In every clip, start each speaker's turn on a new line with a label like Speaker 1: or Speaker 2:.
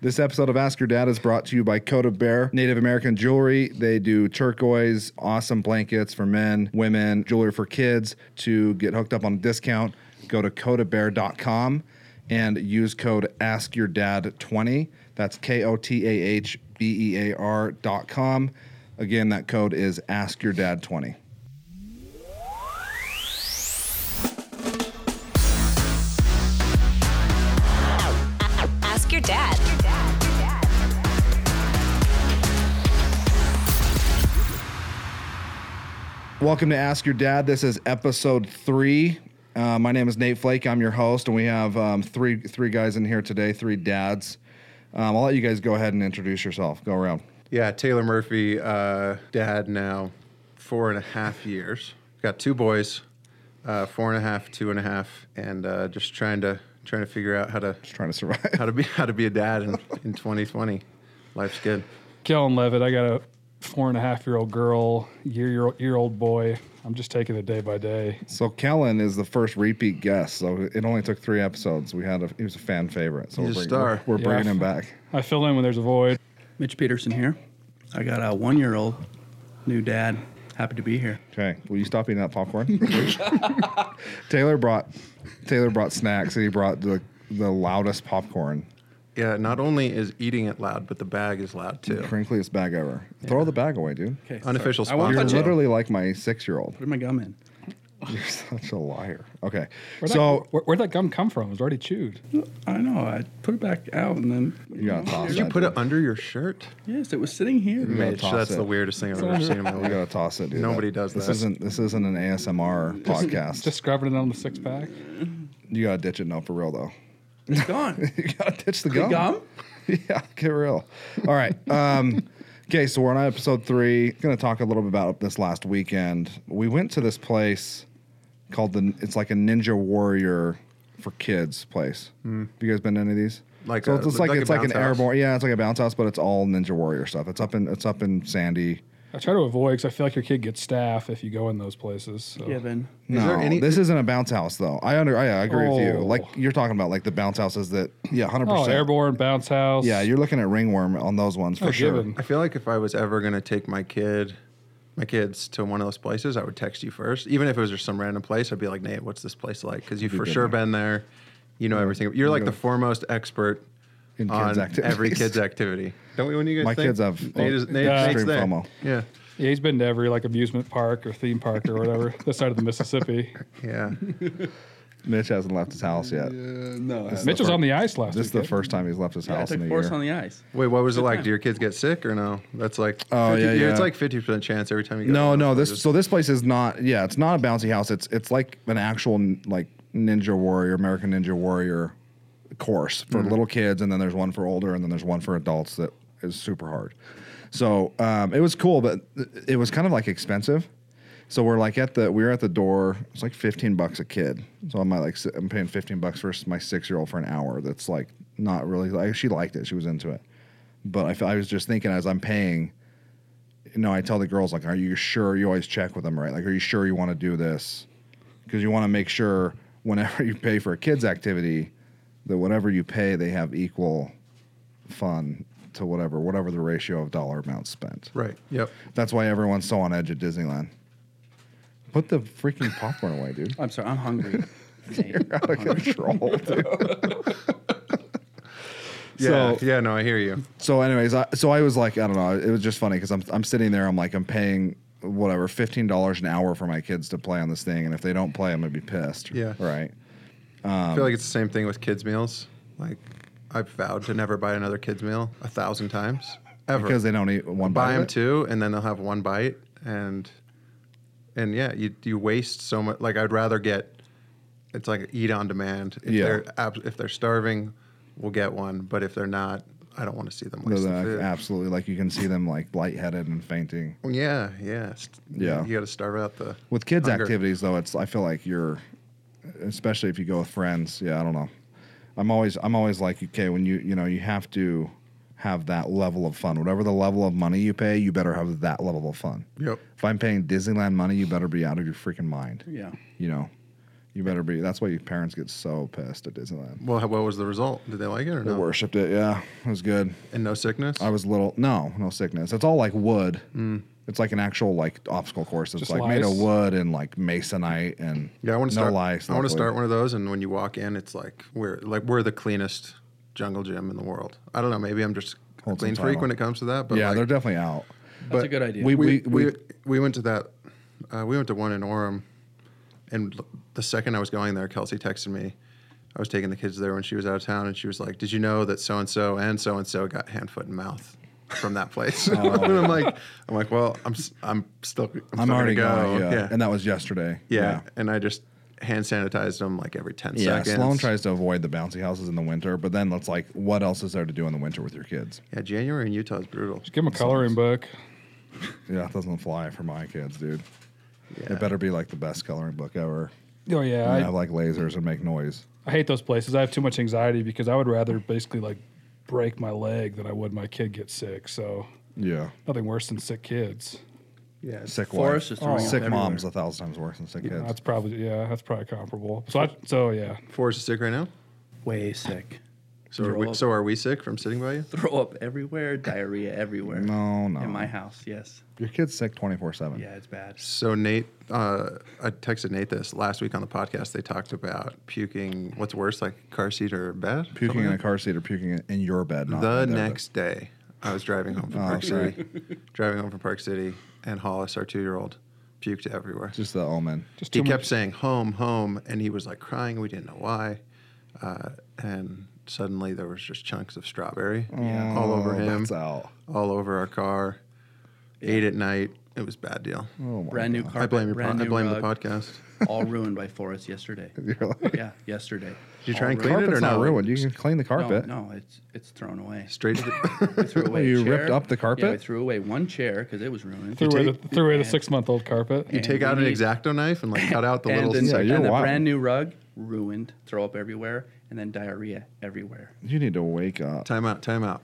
Speaker 1: This episode of Ask Your Dad is brought to you by Coda Bear Native American Jewelry. They do turquoise, awesome blankets for men, women, jewelry for kids. To get hooked up on a discount, go to codabear.com and use code AskYourDad20. That's K O T A H B E A R dot com. Again, that code is AskYourDad20.
Speaker 2: Ask your dad.
Speaker 1: Welcome to Ask Your Dad. This is episode three. Uh, my name is Nate Flake. I'm your host, and we have um, three three guys in here today, three dads. Um, I'll let you guys go ahead and introduce yourself. Go around.
Speaker 3: Yeah, Taylor Murphy, uh, dad now, four and a half years. Got two boys, uh, four and a half, two and a half, and uh, just trying to trying to figure out how to
Speaker 1: Just trying to survive.
Speaker 3: how to be how to be a dad in, in 2020. Life's good.
Speaker 4: Kellen Levitt. I got a four and a half year old girl, year year year old boy. I'm just taking it day by day.
Speaker 1: So Kellen is the first repeat guest. So it only took three episodes. We had a he was a fan favorite. So
Speaker 3: He's
Speaker 1: we're
Speaker 3: a
Speaker 1: bringing,
Speaker 3: star.
Speaker 1: We're, we're
Speaker 4: Yeah.
Speaker 1: bringing him back.
Speaker 4: I fill in when there's a void.
Speaker 5: Mitch Peterson here. I got a one year old, new dad. Happy to be here.
Speaker 1: Okay, will you stop eating that popcorn? Taylor brought Taylor brought snacks, and he brought the the loudest popcorn,
Speaker 3: Yeah, not only is eating it loud, but the bag is loud too.
Speaker 1: crinkliest bag ever. Throw the bag away, dude.
Speaker 5: Okay.
Speaker 3: Unofficial
Speaker 5: I won't
Speaker 1: You're
Speaker 3: That's sponsor.
Speaker 5: touch it.
Speaker 1: literally like my six year old.
Speaker 5: Put my gum in.
Speaker 1: You're such a liar. Okay.
Speaker 4: Where'd
Speaker 1: so
Speaker 4: that, where, where'd that gum come from? It was already chewed.
Speaker 5: I know. I put it back out and then.
Speaker 1: you gotta toss
Speaker 3: Did
Speaker 1: it.
Speaker 3: you put it under your shirt,
Speaker 5: Yes, it was sitting here.
Speaker 3: Mitch?
Speaker 1: toss
Speaker 3: That's
Speaker 1: it.
Speaker 3: the weirdest thing I've ever seen in my
Speaker 1: You
Speaker 3: life.
Speaker 1: gotta toss it, dude.
Speaker 3: Nobody does
Speaker 1: this
Speaker 3: that.
Speaker 1: This isn't this isn't an ASMR podcast.
Speaker 4: Just grabbing it on the six pack.
Speaker 1: you gotta ditch it now for real though.
Speaker 5: It's gone.
Speaker 1: You gotta ditch the
Speaker 5: The
Speaker 1: gum.
Speaker 5: gum?
Speaker 1: yeah, get real. All right. Um, okay, so we're on episode three. Going to talk a little bit about this last weekend. We went to this place called the. It's like a Ninja Warrior for kids place. Have you guys been to any of these?
Speaker 3: Hmm. Like
Speaker 1: so
Speaker 3: a-
Speaker 1: it's just like,
Speaker 3: like a
Speaker 1: it's like an
Speaker 3: bounce house?
Speaker 1: airborne. Yeah, it's like a bounce house, but it's all Ninja Warrior stuff. It's up in it's up in Sandy.
Speaker 4: I try to avoid because I feel like your kid gets staff if you go in those places. So.
Speaker 5: Yeah, Ben.
Speaker 1: No,
Speaker 3: there any-
Speaker 1: this isn't a bounce house though. I under I, I agree with you.
Speaker 4: Oh.
Speaker 1: Like you're talking about like the bounce houses that yeah, hundred
Speaker 4: Oh,
Speaker 1: percent.
Speaker 4: airborne bounce house.
Speaker 1: Yeah, you're looking at ringworm on those ones for
Speaker 4: Oh,
Speaker 1: sure.
Speaker 4: given.
Speaker 3: I feel like if I was ever gonna take my kid, my kids to one of those places, I would text you first. Even if it was just some random place, I'd be like, Nate, what's this place like? Because you've for
Speaker 1: been
Speaker 3: sure
Speaker 1: there.
Speaker 3: been there. You know everything. You're like the foremost expert
Speaker 1: In kids'
Speaker 3: on every
Speaker 1: activities.
Speaker 3: kid's activity. Don't we? When you guys,
Speaker 1: My
Speaker 3: think?
Speaker 1: kids have
Speaker 3: Nate is, Nate,
Speaker 4: Yeah.
Speaker 3: Nate's
Speaker 1: extreme
Speaker 3: there.
Speaker 1: FOMO.
Speaker 3: Yeah,
Speaker 4: yeah, he's been to every like amusement park or theme park or whatever this side of the Mississippi.
Speaker 3: yeah.
Speaker 1: Mitch hasn't left his house yet.
Speaker 5: no.
Speaker 4: Mitch was on the ice last.
Speaker 1: This is the
Speaker 4: weekend.
Speaker 1: first time he's left his
Speaker 5: I
Speaker 1: house in
Speaker 5: took
Speaker 1: a
Speaker 5: force
Speaker 1: year.
Speaker 5: on the ice.
Speaker 3: Wait, what was it like? Do your kids get sick or no? That's like
Speaker 1: Oh,
Speaker 3: 50
Speaker 1: yeah, yeah.
Speaker 3: It's like fifty percent chance every time you go. to
Speaker 1: no,
Speaker 3: one of
Speaker 1: no. This
Speaker 3: those places.
Speaker 1: so this place is not. Yeah, it's not a bouncy house. It's it's like an actual like Ninja Warrior, American Ninja Warrior course for little kids, and then there's one for older, and then there's one for adults that is super hard. So um, it was cool, but it was kind of like expensive. So we're like at the we were at the door. It's like fifteen bucks a kid. So I'm like si- I'm paying fifteen bucks for my six year old for an hour. That's like not really like she liked it. She was into it, but I, f- I was just thinking as I'm paying. you know, I tell the girls like, "Are you sure? You always check with them, right? Like, are you sure you want to do this? Because you want to make sure whenever you pay for a kids' activity, that whatever you pay, they have equal fun to whatever whatever the ratio of dollar amount spent.
Speaker 3: right? Yep.
Speaker 1: That's why everyone's so on edge at Disneyland. Put the freaking popcorn away, dude.
Speaker 5: I'm sorry. I'm hungry.
Speaker 1: Out of control, dude.
Speaker 3: Yeah,
Speaker 1: So-
Speaker 3: yeah. No, I hear you.
Speaker 1: So, anyways, I, so I was like, I don't know. It was just funny because I'm I'm sitting there. I'm like, I'm paying whatever fifteen dollars an hour for my kids to play on this thing, and if they don't play, I'm gonna be pissed.
Speaker 3: Yeah.
Speaker 1: Right.
Speaker 3: I feel like it's the same thing with kids meals. Like I've vowed to never buy another kids meal a thousand times ever.
Speaker 1: Because they don't eat one bite.
Speaker 3: buy
Speaker 1: of
Speaker 3: them
Speaker 1: it.
Speaker 3: two, and then they'll have one bite, and and yeah, you you waste so much. Like I'd rather get it's like eat on demand. If
Speaker 1: Yeah.
Speaker 3: they're ab- if they're starving, we'll get one. But if they're not, I don't want to see them
Speaker 1: No,
Speaker 3: waste the
Speaker 1: like,
Speaker 3: food.
Speaker 1: absolutely. Like you can see them like lightheaded and fainting.
Speaker 3: Well, Yeah, yeah, St-
Speaker 1: Yeah.
Speaker 3: You got to starve out the
Speaker 1: With kids'
Speaker 3: hunger.
Speaker 1: activities, though, it's I feel like you're, especially if you go with friends. Yeah, I don't know. I'm always I'm always like okay when you you know you have to have that level of fun. Whatever the level of money you pay, you better have that level of fun.
Speaker 3: Yep.
Speaker 1: If I'm paying Disneyland money, you better be out of your freaking mind.
Speaker 5: yeah.
Speaker 1: You know, You better be. That's why your parents get so pissed at Disneyland.
Speaker 3: Well, how- what was the result? Did they like it or
Speaker 1: They
Speaker 3: no?
Speaker 1: worshipped it. Yeah, it was good.
Speaker 3: And no sickness.
Speaker 1: I was little. No, no sickness. It's all like wood. It's like an actual like obstacle course. It's
Speaker 4: Just
Speaker 1: like made of
Speaker 4: lice?
Speaker 1: wood and like masonite and
Speaker 3: yeah, I want
Speaker 1: no
Speaker 3: to start.
Speaker 1: lice.
Speaker 3: I want to
Speaker 1: luckily.
Speaker 3: start one of those, and when you walk in, it's like we're like we're the cleanest jungle gym in the world. I don't know. Maybe I'm just a
Speaker 1: Holds
Speaker 3: clean
Speaker 1: the
Speaker 3: freak
Speaker 1: title.
Speaker 3: when it comes to that. But
Speaker 1: yeah,
Speaker 3: like,
Speaker 1: they're definitely out.
Speaker 5: That's a good idea.
Speaker 1: we-
Speaker 3: we, we, we, went to that. Uh, we went to one in Orem, and l- the second I was going there, Kelsey texted me. I was taking the kids there when she was out of town, and she was like, "Did you know that so and so and so and so got hand, foot, and mouth from that place?" and I'm like, "I'm like, well, I'm s- I'm still I'm, still
Speaker 1: Oh, I'm
Speaker 3: gonna
Speaker 1: already
Speaker 3: go.
Speaker 1: going. Yeah.
Speaker 3: yeah, yeah.
Speaker 1: and that was yesterday.
Speaker 3: and I just hand sanitized them like every ten
Speaker 1: Yeah,
Speaker 3: seconds.
Speaker 1: Sloan tries to avoid the bouncy houses in the winter, but then it's like, what else is there to do in the winter with your kids?
Speaker 3: Yeah, January in Utah is brutal.
Speaker 4: Give him a coloring book.
Speaker 1: Yeah, it doesn't fly for my kids, dude.
Speaker 3: Yeah.
Speaker 1: It better be like the best coloring book ever.
Speaker 4: Oh yeah,
Speaker 1: And
Speaker 4: I,
Speaker 1: have like lasers and make noise.
Speaker 4: I hate those places. I have too much anxiety because I would rather basically like break my leg than I would my kid get sick. So
Speaker 1: Yeah,
Speaker 4: nothing worse than sick kids.
Speaker 3: Yeah,
Speaker 1: sick
Speaker 5: Forest
Speaker 1: wife.
Speaker 5: is throwing
Speaker 4: Oh.
Speaker 5: up
Speaker 1: sick
Speaker 5: everywhere.
Speaker 1: moms a thousand times worse than sick kids.
Speaker 4: That's probably yeah, that's probably comparable. So I, so yeah,
Speaker 3: Forrest is sick right now.
Speaker 5: Way sick.
Speaker 3: So are
Speaker 5: Throw
Speaker 3: we,
Speaker 5: up.
Speaker 3: so are we sick from sitting by you?
Speaker 5: Throw up everywhere, diarrhea everywhere.
Speaker 1: No, no.
Speaker 5: In my house, yes.
Speaker 1: Your kid's sick twenty four seven.
Speaker 5: Yeah, it's bad.
Speaker 3: So Nate, uh, I texted Nate this last week on the podcast. They talked about puking. What's worse, like car seat or bed?
Speaker 1: Puking in a car seat or puking in- in your bed. not
Speaker 3: The
Speaker 1: in their bed.
Speaker 3: next day, I was driving home from
Speaker 1: Oh,
Speaker 3: Park
Speaker 1: sorry.
Speaker 3: City. driving home from Park City, and Hollis, our two-year-old, puked everywhere.
Speaker 1: Just the omen.
Speaker 4: just
Speaker 3: he
Speaker 4: too
Speaker 3: kept
Speaker 4: much.
Speaker 3: saying home, home, and he was like crying. We didn't know why. Uh, and suddenly there was just chunks of strawberry all over
Speaker 1: Oh,
Speaker 3: him,
Speaker 1: That's out.
Speaker 3: all over our car. Ate at night. It was a bad deal.
Speaker 1: Oh my
Speaker 5: Brand new
Speaker 1: God.
Speaker 5: carpet.
Speaker 3: I blame your.
Speaker 5: brand
Speaker 3: Po- I
Speaker 5: new
Speaker 3: blame
Speaker 5: rug,
Speaker 3: the podcast.
Speaker 5: all ruined by Forrest yesterday.
Speaker 1: You're like,
Speaker 5: Yeah, yesterday.
Speaker 3: Did you try and clean it
Speaker 1: carpet's
Speaker 3: or
Speaker 1: not
Speaker 3: no?
Speaker 1: ruined. You can clean the
Speaker 5: No,
Speaker 1: carpet.
Speaker 5: no, it's it's thrown away.
Speaker 3: Straight to the.
Speaker 5: We threw away a
Speaker 1: You
Speaker 5: chair.
Speaker 1: ripped up the
Speaker 5: Yeah, we
Speaker 1: carpet?
Speaker 5: threw away one chair because it was ruined.
Speaker 4: threw away,
Speaker 3: take-
Speaker 4: the, threw away the six month old carpet.
Speaker 3: You take
Speaker 5: And
Speaker 3: out an
Speaker 5: we-
Speaker 3: exacto knife and like cut out the
Speaker 5: and
Speaker 3: little.
Speaker 5: then,
Speaker 1: Yeah,
Speaker 3: section.
Speaker 1: you're
Speaker 5: and the
Speaker 1: wild.
Speaker 5: brand new rug ruined. Throw up everywhere, and then diarrhea everywhere.
Speaker 1: You need to wake up.
Speaker 3: Time out, time out.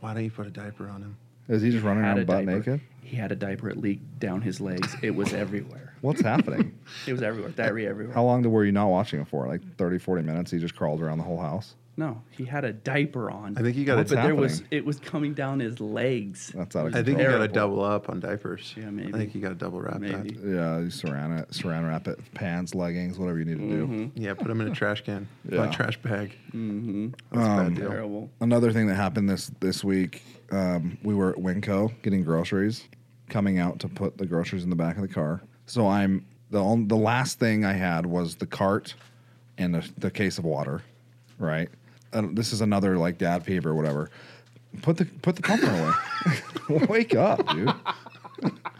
Speaker 3: Why don't you put a diaper on him?
Speaker 1: Is he just running
Speaker 5: Had a
Speaker 1: around butt
Speaker 5: diaper.
Speaker 1: naked?
Speaker 5: He had a diaper. It leaked down his legs. It was everywhere.
Speaker 1: What's happening?
Speaker 5: It was everywhere. Diarrhea everywhere.
Speaker 1: How long were you not watching it for? Like 30, 40 minutes? He just crawled around the whole house?
Speaker 5: No, he had a diaper on.
Speaker 3: I think you got
Speaker 1: What's
Speaker 3: to.
Speaker 5: but there was
Speaker 1: happening?
Speaker 5: it was coming down his legs.
Speaker 1: That's out of
Speaker 3: I think
Speaker 1: control.
Speaker 3: you got to
Speaker 5: terrible.
Speaker 3: double up on diapers.
Speaker 5: Yeah, maybe.
Speaker 3: I think you got to double wrap
Speaker 5: Maybe.
Speaker 3: that.
Speaker 1: yeah, you saran it, saran wrap it, pants, leggings, whatever you need to
Speaker 5: Mm-hmm.
Speaker 1: do.
Speaker 3: Yeah, put them in a trash can,
Speaker 1: Yeah.
Speaker 3: a trash bag. Mm-hmm. That's
Speaker 5: Um,
Speaker 3: a bad deal.
Speaker 5: Terrible.
Speaker 1: Another thing that happened this this week, um, we were at Winco getting groceries, coming out to put the groceries in the back of the car. So I'm the on, the last thing I had was the cart and the, the case of water, right? And this is another like dad peeve or whatever. Put the put the pumper away. Wake up, dude.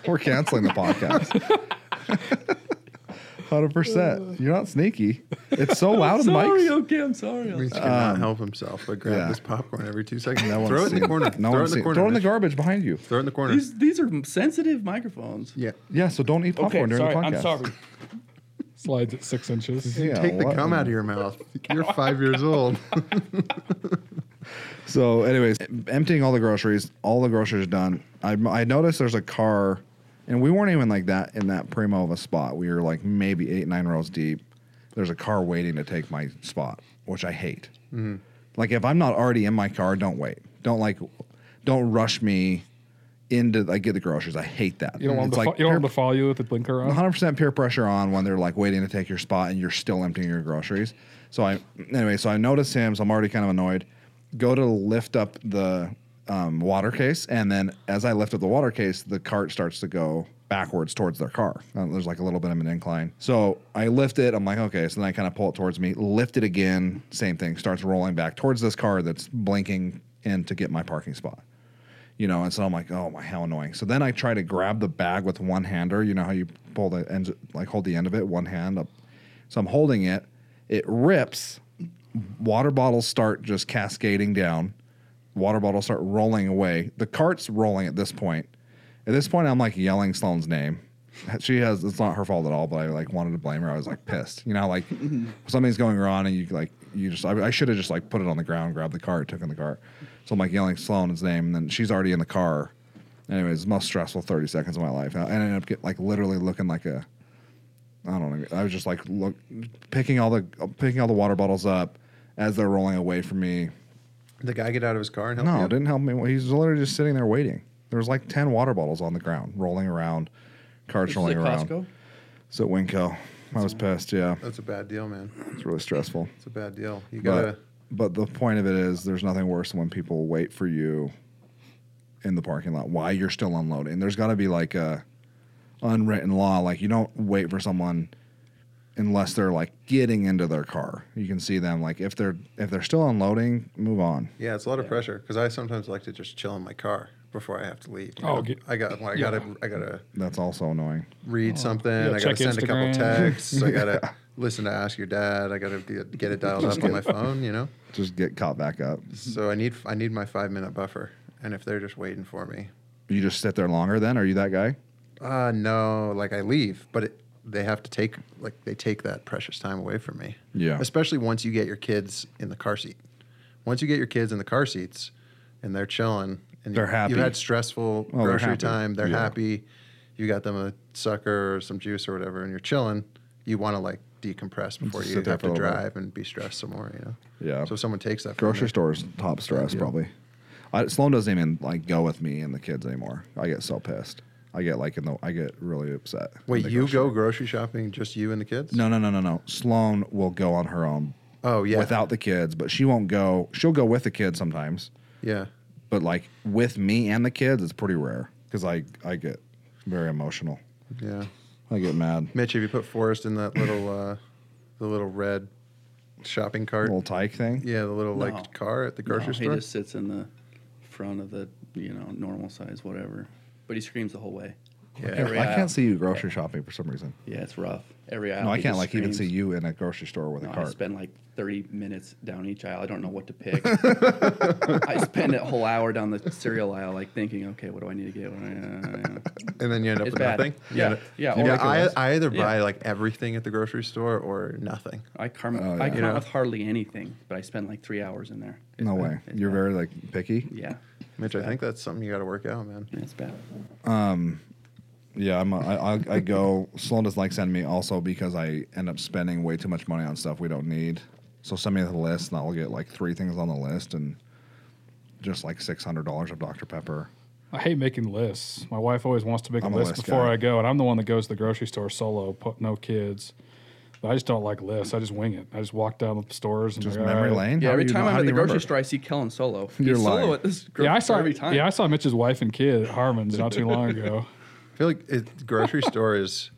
Speaker 1: We're canceling the podcast. Hundred percent. You're not sneaky. It's so loud in the mics.
Speaker 5: Sorry, okay, I'm sorry. I'm
Speaker 3: He
Speaker 5: sorry.
Speaker 3: cannot help himself, but grab
Speaker 1: Um, yeah.
Speaker 3: this popcorn every two seconds.
Speaker 1: No one's
Speaker 3: throw it in
Speaker 1: seen
Speaker 3: the corner.
Speaker 1: No
Speaker 3: throw
Speaker 1: one's
Speaker 3: it in
Speaker 1: seen
Speaker 3: the corner.
Speaker 1: Throw it in the
Speaker 3: Mitch.
Speaker 1: garbage behind you.
Speaker 3: Throw it in the corner.
Speaker 5: These these are sensitive microphones.
Speaker 3: yeah.
Speaker 1: Yeah, so don't eat popcorn during the podcast.
Speaker 4: Slides at six inches.
Speaker 1: Yeah,
Speaker 3: Take the
Speaker 1: what-
Speaker 3: cum out of your mouth. You're five years old.
Speaker 1: So, anyways, emptying all the groceries, all the groceries are done. I, I noticed there's a car, and we weren't even like that in that primo of a spot. We were like maybe eight, nine rows deep. There's a car waiting to take my spot, which I hate.
Speaker 3: Mm-hmm.
Speaker 1: Like if I'm not already in my car, don't wait. Don't like, don't rush me into like get the groceries. I hate that.
Speaker 4: You don't want them
Speaker 1: It's
Speaker 4: to,
Speaker 1: like
Speaker 4: fo- you don't want
Speaker 1: peer-
Speaker 4: them to follow you with the blinker on.
Speaker 1: 100% peer pressure on when they're like waiting to take your spot and you're still emptying your groceries. So I anyway, so I notice him, so I'm already kind of annoyed. Go to lift up the um, water case, and then as I lift up the water case, the cart starts to go backwards towards their car. Uh, there's like a little bit of an incline. So I lift it. I'm like, okay. So then I kind of pull it towards me, lift it again. Same thing. Starts rolling back towards this car that's blinking in to get my parking spot you know, and so I'm like, oh my, how annoying. So then I try to grab the bag with one hander. You know how you pull the end, like hold the end of it, one hand up. So I'm holding it. It rips. Water bottles start just cascading down. Water bottles start rolling away. The cart's rolling at this point. At this point, I'm like yelling Sloan's name. She has. It's not her fault at all, but I like wanted to blame her. I was like pissed. You know, like something's going wrong, and you like you just. I, I should have just like put it on the ground, grabbed the cart, took in the cart. So I'm like yelling Sloan's name, and then she's already in the car. Anyways, most stressful thirty seconds of my life. I ended up get, like literally looking like a I don't know. I was just like look, picking all the picking all the water bottles up as they're rolling away from me.
Speaker 3: The guy get out of his car and help
Speaker 1: No,
Speaker 3: you?
Speaker 1: it didn't help me. He's literally just sitting there waiting. There was like ten water bottles on the ground, rolling around, carts
Speaker 5: This is
Speaker 1: rolling
Speaker 5: at
Speaker 1: around.
Speaker 5: Costco.
Speaker 1: So at Winco, I was pissed. Yeah,
Speaker 3: That's a bad deal, man.
Speaker 1: it's really stressful.
Speaker 3: It's a bad deal. You gotta.
Speaker 1: But, but the point of it is, there's nothing worse than when people wait for you in the parking lot while you're still unloading. There's got to be like a unwritten law, like you don't wait for someone unless they're like getting into their car. You can see them like if they're if they're still unloading, move on.
Speaker 3: Yeah, it's a lot of pressure because I sometimes like to just chill in my car before I have to leave. you
Speaker 4: Oh,
Speaker 3: know?
Speaker 4: get-
Speaker 3: I got. Well, I
Speaker 4: yeah. Oh,
Speaker 3: gotta. I gotta
Speaker 1: That's also annoying.
Speaker 3: read something.
Speaker 4: yeah,
Speaker 3: I
Speaker 4: check
Speaker 3: gotta send a couple
Speaker 4: Instagram.
Speaker 3: texts. I gotta listen to Ask Your Dad. I gotta get, get it dialed up on my phone. You know.
Speaker 1: Just get caught back up.
Speaker 3: So I need. I need my five minute buffer. And if they're just waiting for me,
Speaker 1: You just sit there longer. Then are you that guy?
Speaker 3: uh, no, like I leave, but it, they have to take like they take that precious time away from me.
Speaker 1: Yeah.
Speaker 3: Especially once you get your kids in the car seat. Once you get your kids in the car seats and they're chilling and
Speaker 1: They're
Speaker 3: you,
Speaker 1: happy. Oh,
Speaker 3: You've had stressful
Speaker 1: they're
Speaker 3: grocery
Speaker 1: happy.
Speaker 3: time. They're
Speaker 1: Yeah.
Speaker 3: happy. You got them a sucker or some juice or whatever, and you're chilling. You want to like decompress before
Speaker 1: Just
Speaker 3: you
Speaker 1: sit there
Speaker 3: have
Speaker 1: for a
Speaker 3: to
Speaker 1: little bit.
Speaker 3: drive and be stressed some more. You know.
Speaker 1: Yeah.
Speaker 3: So if someone takes that from
Speaker 1: Grocery
Speaker 3: me-
Speaker 1: stores top stress probably. I, Sloan doesn't even like go with me and the kids anymore. I get so pissed. I get like in the I get really upset. in
Speaker 3: Wait,
Speaker 1: the
Speaker 3: you
Speaker 1: grocery-
Speaker 3: go grocery shopping just you and the kids?
Speaker 1: No, no, no, no, no. Sloan will go on her own
Speaker 3: Oh yeah.
Speaker 1: without the kids, but she won't go. She'll go with the kids sometimes,
Speaker 3: Yeah.
Speaker 1: but like with me and the kids, it's pretty rare because I I get very emotional.
Speaker 3: Yeah.
Speaker 1: I get mad.
Speaker 3: Mitch, if you put Forrest in that little, uh, the little red shopping cart,
Speaker 1: Little tyke thing.
Speaker 3: yeah, the little
Speaker 5: No.
Speaker 3: like car at the grocery
Speaker 5: No,
Speaker 3: store.
Speaker 5: He just sits in the front of the, you know, normal size, whatever. But he screams the whole way.
Speaker 3: yeah,
Speaker 5: every
Speaker 1: I
Speaker 5: aisle.
Speaker 1: can't see you grocery shopping for some reason.
Speaker 5: Yeah, it's rough. Every aisle.
Speaker 1: No, I
Speaker 5: he
Speaker 1: can't
Speaker 5: just
Speaker 1: like even
Speaker 5: screams.
Speaker 1: see you in a grocery store with a
Speaker 5: No, I
Speaker 1: cart.
Speaker 5: spend like 30 minutes down each aisle. I don't know what to pick. I spend a whole hour down the cereal aisle, like thinking, okay, what do I need to get? What do I- uh, uh, uh."
Speaker 3: and then you end up
Speaker 5: It's
Speaker 3: with
Speaker 5: bad.
Speaker 3: nothing. You
Speaker 5: Yeah,
Speaker 3: end up-
Speaker 5: yeah, or like
Speaker 3: yeah.
Speaker 5: a-
Speaker 3: I, I either
Speaker 5: yeah.
Speaker 3: buy like everything at the grocery store or nothing.
Speaker 5: I
Speaker 1: Oh,
Speaker 5: come, I come
Speaker 3: You know.
Speaker 5: with hardly anything, but I spend like three hours in there.
Speaker 1: no way.
Speaker 5: It's
Speaker 1: You're
Speaker 5: bad.
Speaker 1: very like picky.
Speaker 5: Yeah,
Speaker 3: Mitch, I think that's something you got to work out, man.
Speaker 5: it's bad.
Speaker 1: Yeah, I'm a, I, I, I go. Sloan doesn't like sending me also because I end up spending way too much money on stuff we don't need. So send me the list and I'll get like three things on the list and just like six hundred dollars of Dr Pepper.
Speaker 4: I hate making lists. My wife always wants to make
Speaker 1: I'm
Speaker 4: a
Speaker 1: a
Speaker 4: list
Speaker 1: list
Speaker 4: before
Speaker 1: guy.
Speaker 4: I go, and I'm the one that goes to the grocery store solo, put no kids. But I just don't like lists. I just wing it. I just walk down the stores and
Speaker 1: Just
Speaker 4: like, all
Speaker 1: memory
Speaker 4: right.
Speaker 1: lane.
Speaker 5: Yeah,
Speaker 1: How
Speaker 5: every
Speaker 1: do you
Speaker 5: time
Speaker 1: know-
Speaker 5: I'm
Speaker 1: how
Speaker 5: at
Speaker 1: do
Speaker 5: the
Speaker 1: you
Speaker 5: grocery
Speaker 1: remember?
Speaker 5: store, I see Kellen solo.
Speaker 1: You're
Speaker 5: He's
Speaker 1: lying.
Speaker 5: solo at this grocery
Speaker 4: Yeah, I saw.
Speaker 5: store every time.
Speaker 4: Yeah, I saw Mitch's wife and kid at Harmon's not too long ago.
Speaker 3: I feel like it, grocery store is.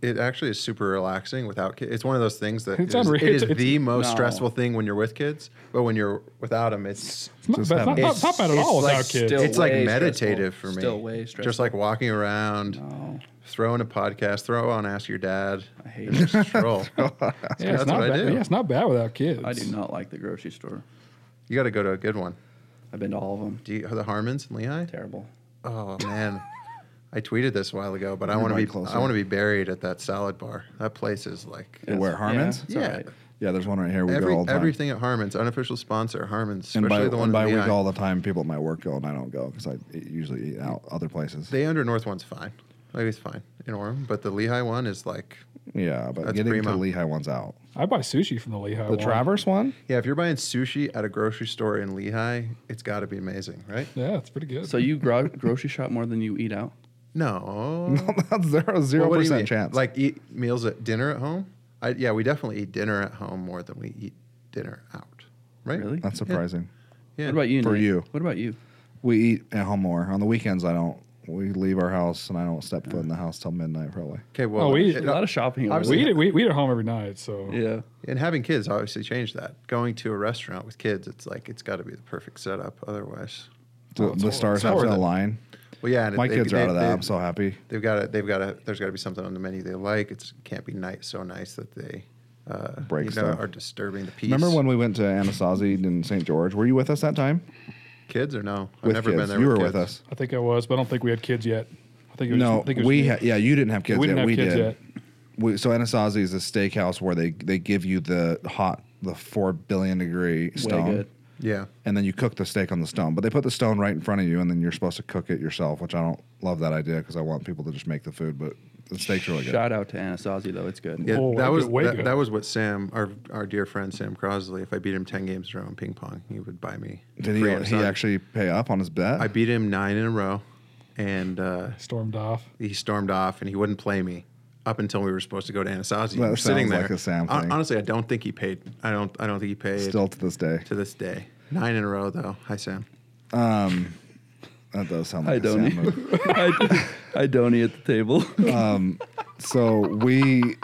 Speaker 3: It actually is super relaxing without kids. It's one of those things that
Speaker 4: It's
Speaker 3: is-
Speaker 4: unreal.
Speaker 3: it is
Speaker 4: It's- it's-
Speaker 3: the most
Speaker 5: No.
Speaker 3: stressful thing when you're with kids, but when you're without them, it's
Speaker 4: It's not,
Speaker 1: Just
Speaker 4: bad, not,
Speaker 1: having-
Speaker 4: not, not bad at all
Speaker 5: It's
Speaker 4: without
Speaker 5: like
Speaker 4: kids.
Speaker 5: still-
Speaker 3: it's like
Speaker 5: way
Speaker 3: meditative
Speaker 5: stressful.
Speaker 3: for me.
Speaker 5: Still way
Speaker 3: Just
Speaker 5: stressful.
Speaker 3: like walking around,
Speaker 5: No.
Speaker 3: throw in a podcast, throw on Ask Your Dad. I
Speaker 5: hate
Speaker 3: and just stroll.
Speaker 4: yeah, it's
Speaker 3: that's
Speaker 4: not
Speaker 3: what I
Speaker 4: bad.
Speaker 3: do.
Speaker 4: Yeah, it's not bad without kids.
Speaker 5: I do not like the grocery store.
Speaker 3: You got to go to a good one.
Speaker 5: I've been to all of them.
Speaker 3: Do you the Harmons in Lehigh?
Speaker 5: Terrible.
Speaker 3: Oh man, I tweeted this a while ago, but I want to
Speaker 1: mic
Speaker 3: be
Speaker 1: closer.
Speaker 3: I want to be buried at that salad bar. That place is like
Speaker 1: Yeah, where Harmon's?
Speaker 5: Yeah.
Speaker 3: Yeah.
Speaker 5: yeah. Right.
Speaker 1: Yeah, there's one right here. We
Speaker 3: every,
Speaker 1: go all the time.
Speaker 3: everything at Harmons, unofficial sponsor Harmons,
Speaker 1: and
Speaker 3: especially
Speaker 1: by,
Speaker 3: the
Speaker 1: and
Speaker 3: one in
Speaker 1: by we
Speaker 3: Lehigh.
Speaker 1: go all the time, people at my work go and I don't go because I usually eat out other places.
Speaker 3: the under North one's fine. Like it's fine in Orem, but the Lehigh one is like
Speaker 1: yeah, but
Speaker 3: That's
Speaker 1: getting
Speaker 3: primo.
Speaker 1: to Lehigh one's out.
Speaker 4: I buy sushi from the Lehigh.
Speaker 1: The
Speaker 4: one.
Speaker 1: Traverse one?
Speaker 3: yeah. If you're buying sushi at a grocery store in Lehigh, it's got to be amazing, right?
Speaker 4: Yeah, it's pretty good.
Speaker 5: So you gro- grocery shop more than you eat out?
Speaker 3: No,
Speaker 1: That's zero zero
Speaker 3: Well, what do you mean?
Speaker 1: percent chance.
Speaker 3: Like eat meals at dinner at home? I, yeah, we definitely eat dinner at home more than we eat dinner out. Right?
Speaker 5: Really?
Speaker 1: that's surprising.
Speaker 3: Yeah.
Speaker 5: What about you?
Speaker 1: For
Speaker 5: Nate?
Speaker 1: you.
Speaker 5: What about you?
Speaker 1: We eat at home more. On the weekends, I don't. We leave our house and I don't step foot in the house till midnight, probably.
Speaker 3: Okay, well,
Speaker 4: Oh, we eat
Speaker 3: it-
Speaker 5: A lot of shopping. over
Speaker 4: we
Speaker 5: there.
Speaker 4: eat, it- we, we eat at home every night. So
Speaker 5: Yeah.
Speaker 3: and having kids obviously changed that. Going to a restaurant with kids, it's like it's got to be the perfect setup. Otherwise, Oh,
Speaker 1: The, the stars have
Speaker 3: worth
Speaker 1: to
Speaker 3: it.
Speaker 1: align.
Speaker 3: well, yeah. And
Speaker 1: My
Speaker 3: they-
Speaker 1: kids are
Speaker 3: they-
Speaker 1: out of that.
Speaker 3: they-
Speaker 1: I'm so happy.
Speaker 3: They've got to. They've got to. There's got to be something on the menu they like. It can't be nice, so nice that they uh,
Speaker 1: Break
Speaker 3: you know,
Speaker 1: stuff.
Speaker 3: are disturbing the peace.
Speaker 1: Remember when we went to Anasazi in St. George? Were you with us that time?
Speaker 3: kids or no? I've
Speaker 1: With
Speaker 3: never
Speaker 1: kids.
Speaker 3: been there.
Speaker 1: you
Speaker 3: with
Speaker 1: were
Speaker 3: kids.
Speaker 1: with us.
Speaker 4: I think I was, but I don't think we had kids yet. I think it was,
Speaker 1: No,
Speaker 4: I think it was
Speaker 1: we
Speaker 4: me.
Speaker 1: had. Yeah, you didn't have kids
Speaker 4: We
Speaker 1: yet.
Speaker 4: didn't have
Speaker 1: we
Speaker 4: kids
Speaker 1: did.
Speaker 4: yet.
Speaker 1: We, so Anasazi is a steakhouse where they they give you the hot, the four billion degree stone.
Speaker 5: good.
Speaker 3: Yeah.
Speaker 1: and then you cook the steak on the stone. But they put the stone right in front of you, and then you're supposed to cook it yourself, which I don't love that idea because I want people to just make the food. But the steak's really good.
Speaker 5: Shout out to Anasazi though, it's good.
Speaker 3: Yeah,
Speaker 4: Oh,
Speaker 3: that
Speaker 4: that'd
Speaker 3: was
Speaker 4: be way
Speaker 3: that,
Speaker 4: good.
Speaker 3: that was what Sam, our our dear friend Sam Crosley. If I beat him ten games in a row in ping pong, he would buy me.
Speaker 1: Did he,
Speaker 3: free Amazon.
Speaker 1: he actually pay up on his bet?
Speaker 3: I beat him nine in a row, and uh,
Speaker 4: Stormed off.
Speaker 3: he stormed off, and he wouldn't play me up until we were supposed to go to Anasazi.
Speaker 1: That
Speaker 3: we were sitting
Speaker 1: sounds
Speaker 3: there.
Speaker 1: like a Sam
Speaker 3: Hon-
Speaker 1: thing.
Speaker 3: honestly, I don't think he paid. I don't. I don't think he paid.
Speaker 1: Still to this day.
Speaker 3: to this day, nine in a row though. Hi Sam.
Speaker 1: That does sound
Speaker 5: I
Speaker 1: like a
Speaker 5: don't
Speaker 1: Sam move.
Speaker 5: I, I don't eat at the table.
Speaker 1: so we